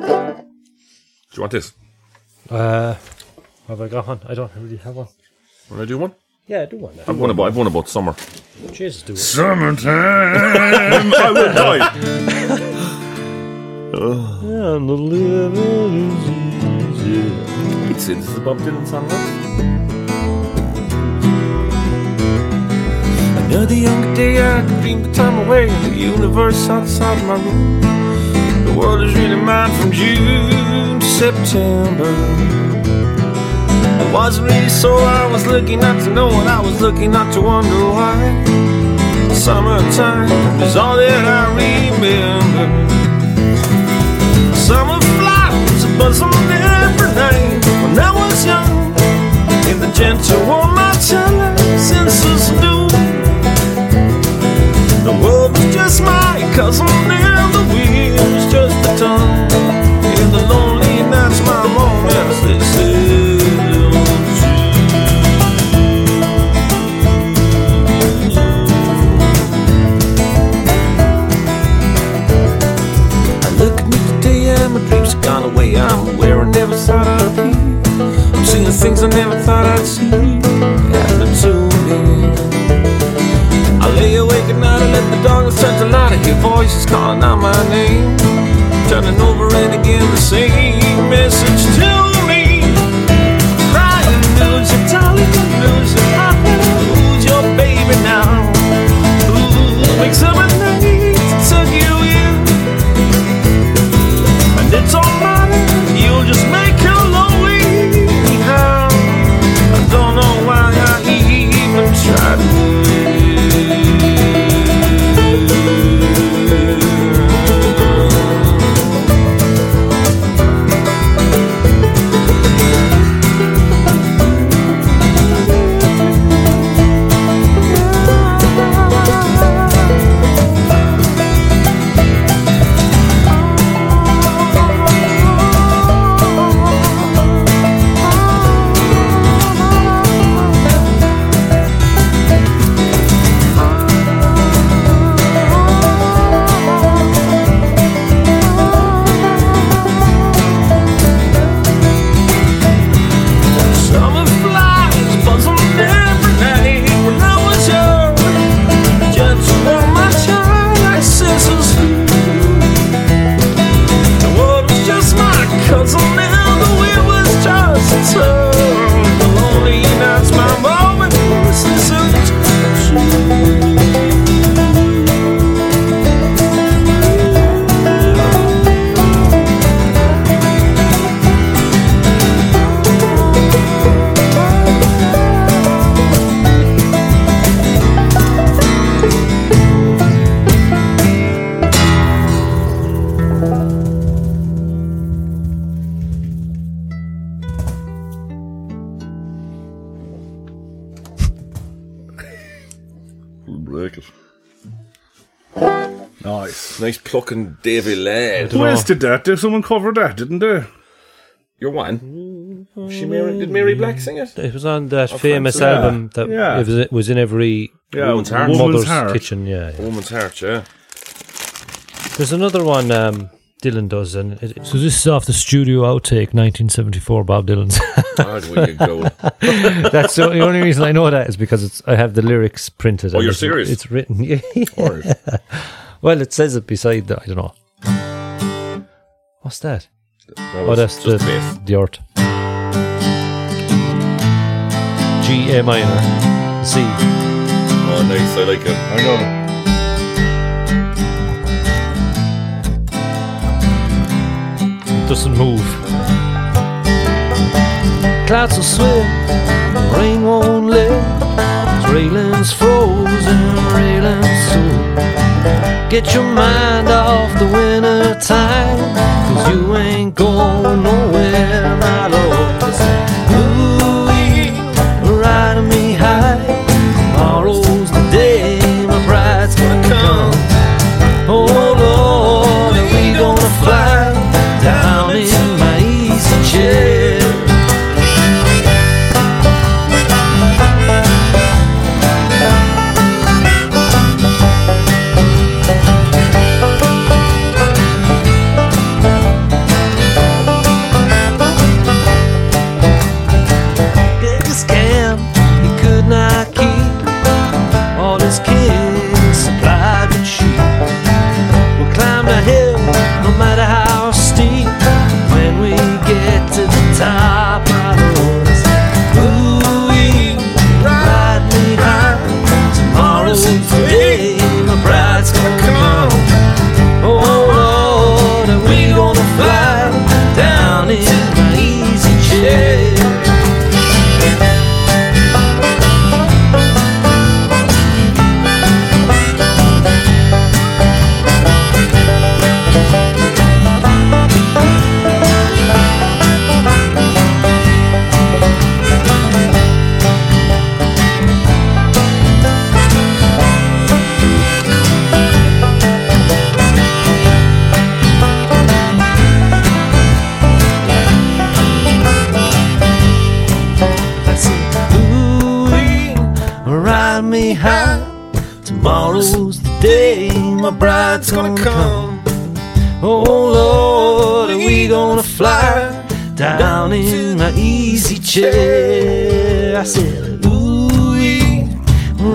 Speaker 4: Do you want this?
Speaker 1: Uh, have I got one? I don't really have one.
Speaker 4: Want to do one?
Speaker 1: Yeah, I do want that.
Speaker 4: I've one about I've one about summer.
Speaker 1: Jesus, do it.
Speaker 3: Summertime.
Speaker 4: I will die.
Speaker 1: And the living is easy.
Speaker 4: It's this is a Bob Dylan song. lads.
Speaker 6: Another young day I could dream the time away The universe outside my room The world is really mine from June to September It wasn't really so I was looking not to know And I was looking not to wonder why Summertime is all that I remember Summer flowers are buzzing every night When I was young In the gentle warm my tender senses knew the world was just my cousin and the wheel's just a tongue. In the lonely nights, my moments they sail to. I look at me today and my dreams have gone away. I'm where I never thought I'd be. I'm seeing things I never thought I'd see. Happening to me. I lay awake at night and let the darkness touch the light. I hear voices calling out my name. Turning over and again the same message to me. Crying, lose your darling, lose your partner, lose your baby now. Ooh, makes up a night to tuck you in. And it's all mine, you'll just make your lonely house. I don't know why I even tried to
Speaker 8: Like it.
Speaker 3: Nice.
Speaker 8: Nice plucking, Davy lad.
Speaker 3: Who else did that? Did someone cover that, didn't they?
Speaker 8: You're one. She Mary, did Mary Black sing it?
Speaker 1: It was on that famous
Speaker 8: Francis, yeah.
Speaker 1: album that
Speaker 3: Yeah.
Speaker 1: it was, it was in every
Speaker 8: Woman's Heart.
Speaker 3: Woman's
Speaker 1: mother's
Speaker 3: Heart.
Speaker 1: kitchen. Yeah, yeah.
Speaker 8: Woman's Heart, yeah.
Speaker 1: There's another one um, Dylan does, and it, so this is off the studio outtake 1974. Bob Dylan's.
Speaker 8: God, we could go.
Speaker 1: That's the the only reason I know that is because it's I have the lyrics printed.
Speaker 8: Oh,
Speaker 1: and
Speaker 8: you're
Speaker 1: it's-
Speaker 8: serious?
Speaker 1: It's written. Yeah.
Speaker 8: Or-
Speaker 1: well, it says it beside. The, I don't know. What's that?
Speaker 8: that
Speaker 1: Oh,
Speaker 8: was
Speaker 1: that's the
Speaker 8: just bass.
Speaker 1: the art. G A minor C.
Speaker 8: Oh, nice. I like it. I know.
Speaker 1: doesn't move. Clouds will swim, rain won't lift. Railings frozen, railings too. Get your mind off the winter time, cause you ain't going nowhere, my lord. 'Cause Ooh, you're riding me high. Tomorrow's the day my bride's gonna come. Oh Lord, are we gonna fly down in my easy chair? Get this scam you could not keep. All this kids supplied with cheap. We'll climb the hill, no matter how steep. When we get to the top, my Lord, I say, Ooh, you ride me high. Tomorrow's the day my bride's gonna come. Oh Lord, are we gonna fly down in my easy chair? That's it. Ooh, ride me high. Tomorrow's the day my bride's gonna come. Oh Lord, are we gonna fly down in my easy chair? I said, Ooh,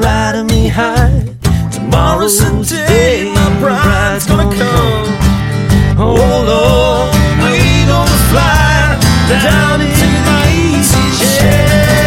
Speaker 1: ride me high. Tomorrow's the day my bride's gonna come. Oh Lord, are we gonna fly down in my easy chair?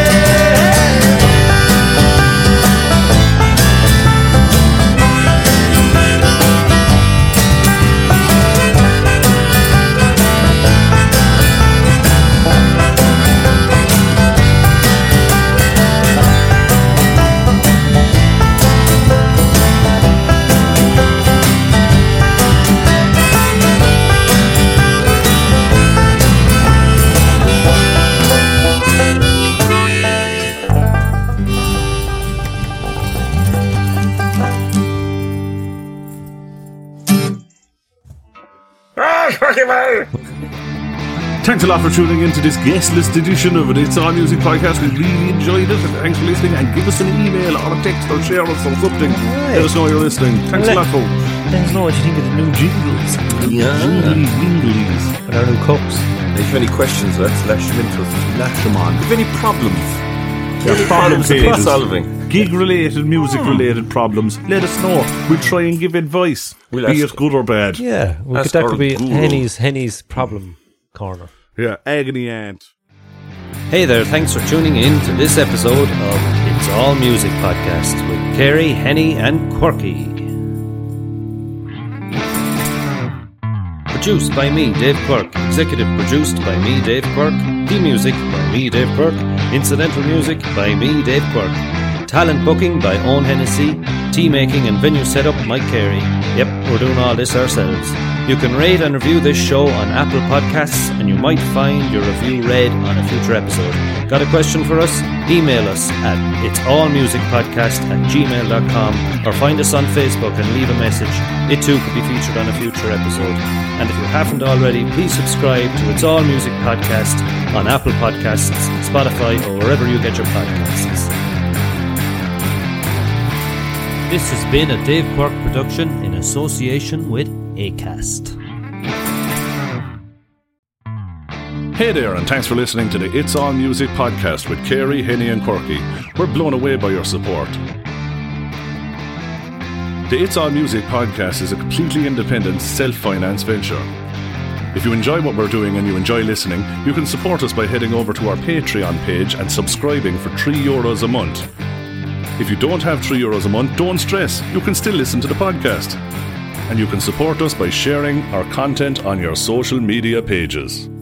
Speaker 3: Thanks a lot for tuning in to this guest list edition of the It's All Music podcast. We really enjoyed it. And thanks for listening. And give us an email or a text or share us or something. Let us know you're listening. Thanks a lot for. Thanks a lot. What you think of the new jingles? Jingly winglies.
Speaker 1: But our new cups.
Speaker 8: If you have any questions, let's lash them into us. Lash them on. If you have any problems, any problems that
Speaker 3: pages.
Speaker 8: we're solving, Hmm.
Speaker 3: Gig related, music related problems. Let us know. We'll try and give advice,
Speaker 8: We'll
Speaker 3: be
Speaker 8: ask-
Speaker 3: it good or bad.
Speaker 1: Yeah, we
Speaker 8: That's
Speaker 1: could, that
Speaker 8: our
Speaker 1: could be
Speaker 8: guru.
Speaker 1: Henny's Henny's problem corner.
Speaker 3: yeah. Agony Aunt.
Speaker 1: Hey there, thanks for tuning in to this episode of It's All Music Podcast with Carrie, Henny, and Quirky. Produced by me, Dave Quirk. Executive produced by me, Dave Quirk. The music by me, Dave Quirk. Incidental music by me, Dave Quirk. Talent booking by Owen Hennessy. Tea making and venue setup, Mike Carey. Yep, we're doing all this ourselves. You can rate and review this show on Apple Podcasts, and you might find your review read on a future episode. Got a question for us? Email us at itsallmusicpodcast at gmail.com or find us on Facebook and leave a message. It too could be featured on a future episode. And if you haven't already, please subscribe to It's All Music Podcast on Apple Podcasts, Spotify, or wherever you get your podcasts. This has been a Dave Quirk production in association with ACAST.
Speaker 9: Hey there, and thanks for listening to the It's All Music podcast with Carey, Henny, and Quirky. We're blown away by your support. The It's All Music podcast is a completely independent, self financed venture. If you enjoy what we're doing and you enjoy listening, you can support us by heading over to our Patreon page and subscribing for 3 euros a month. If you don't have 3 euros a month, don't stress, you can still listen to the podcast. And you can support us by sharing our content on your social media pages.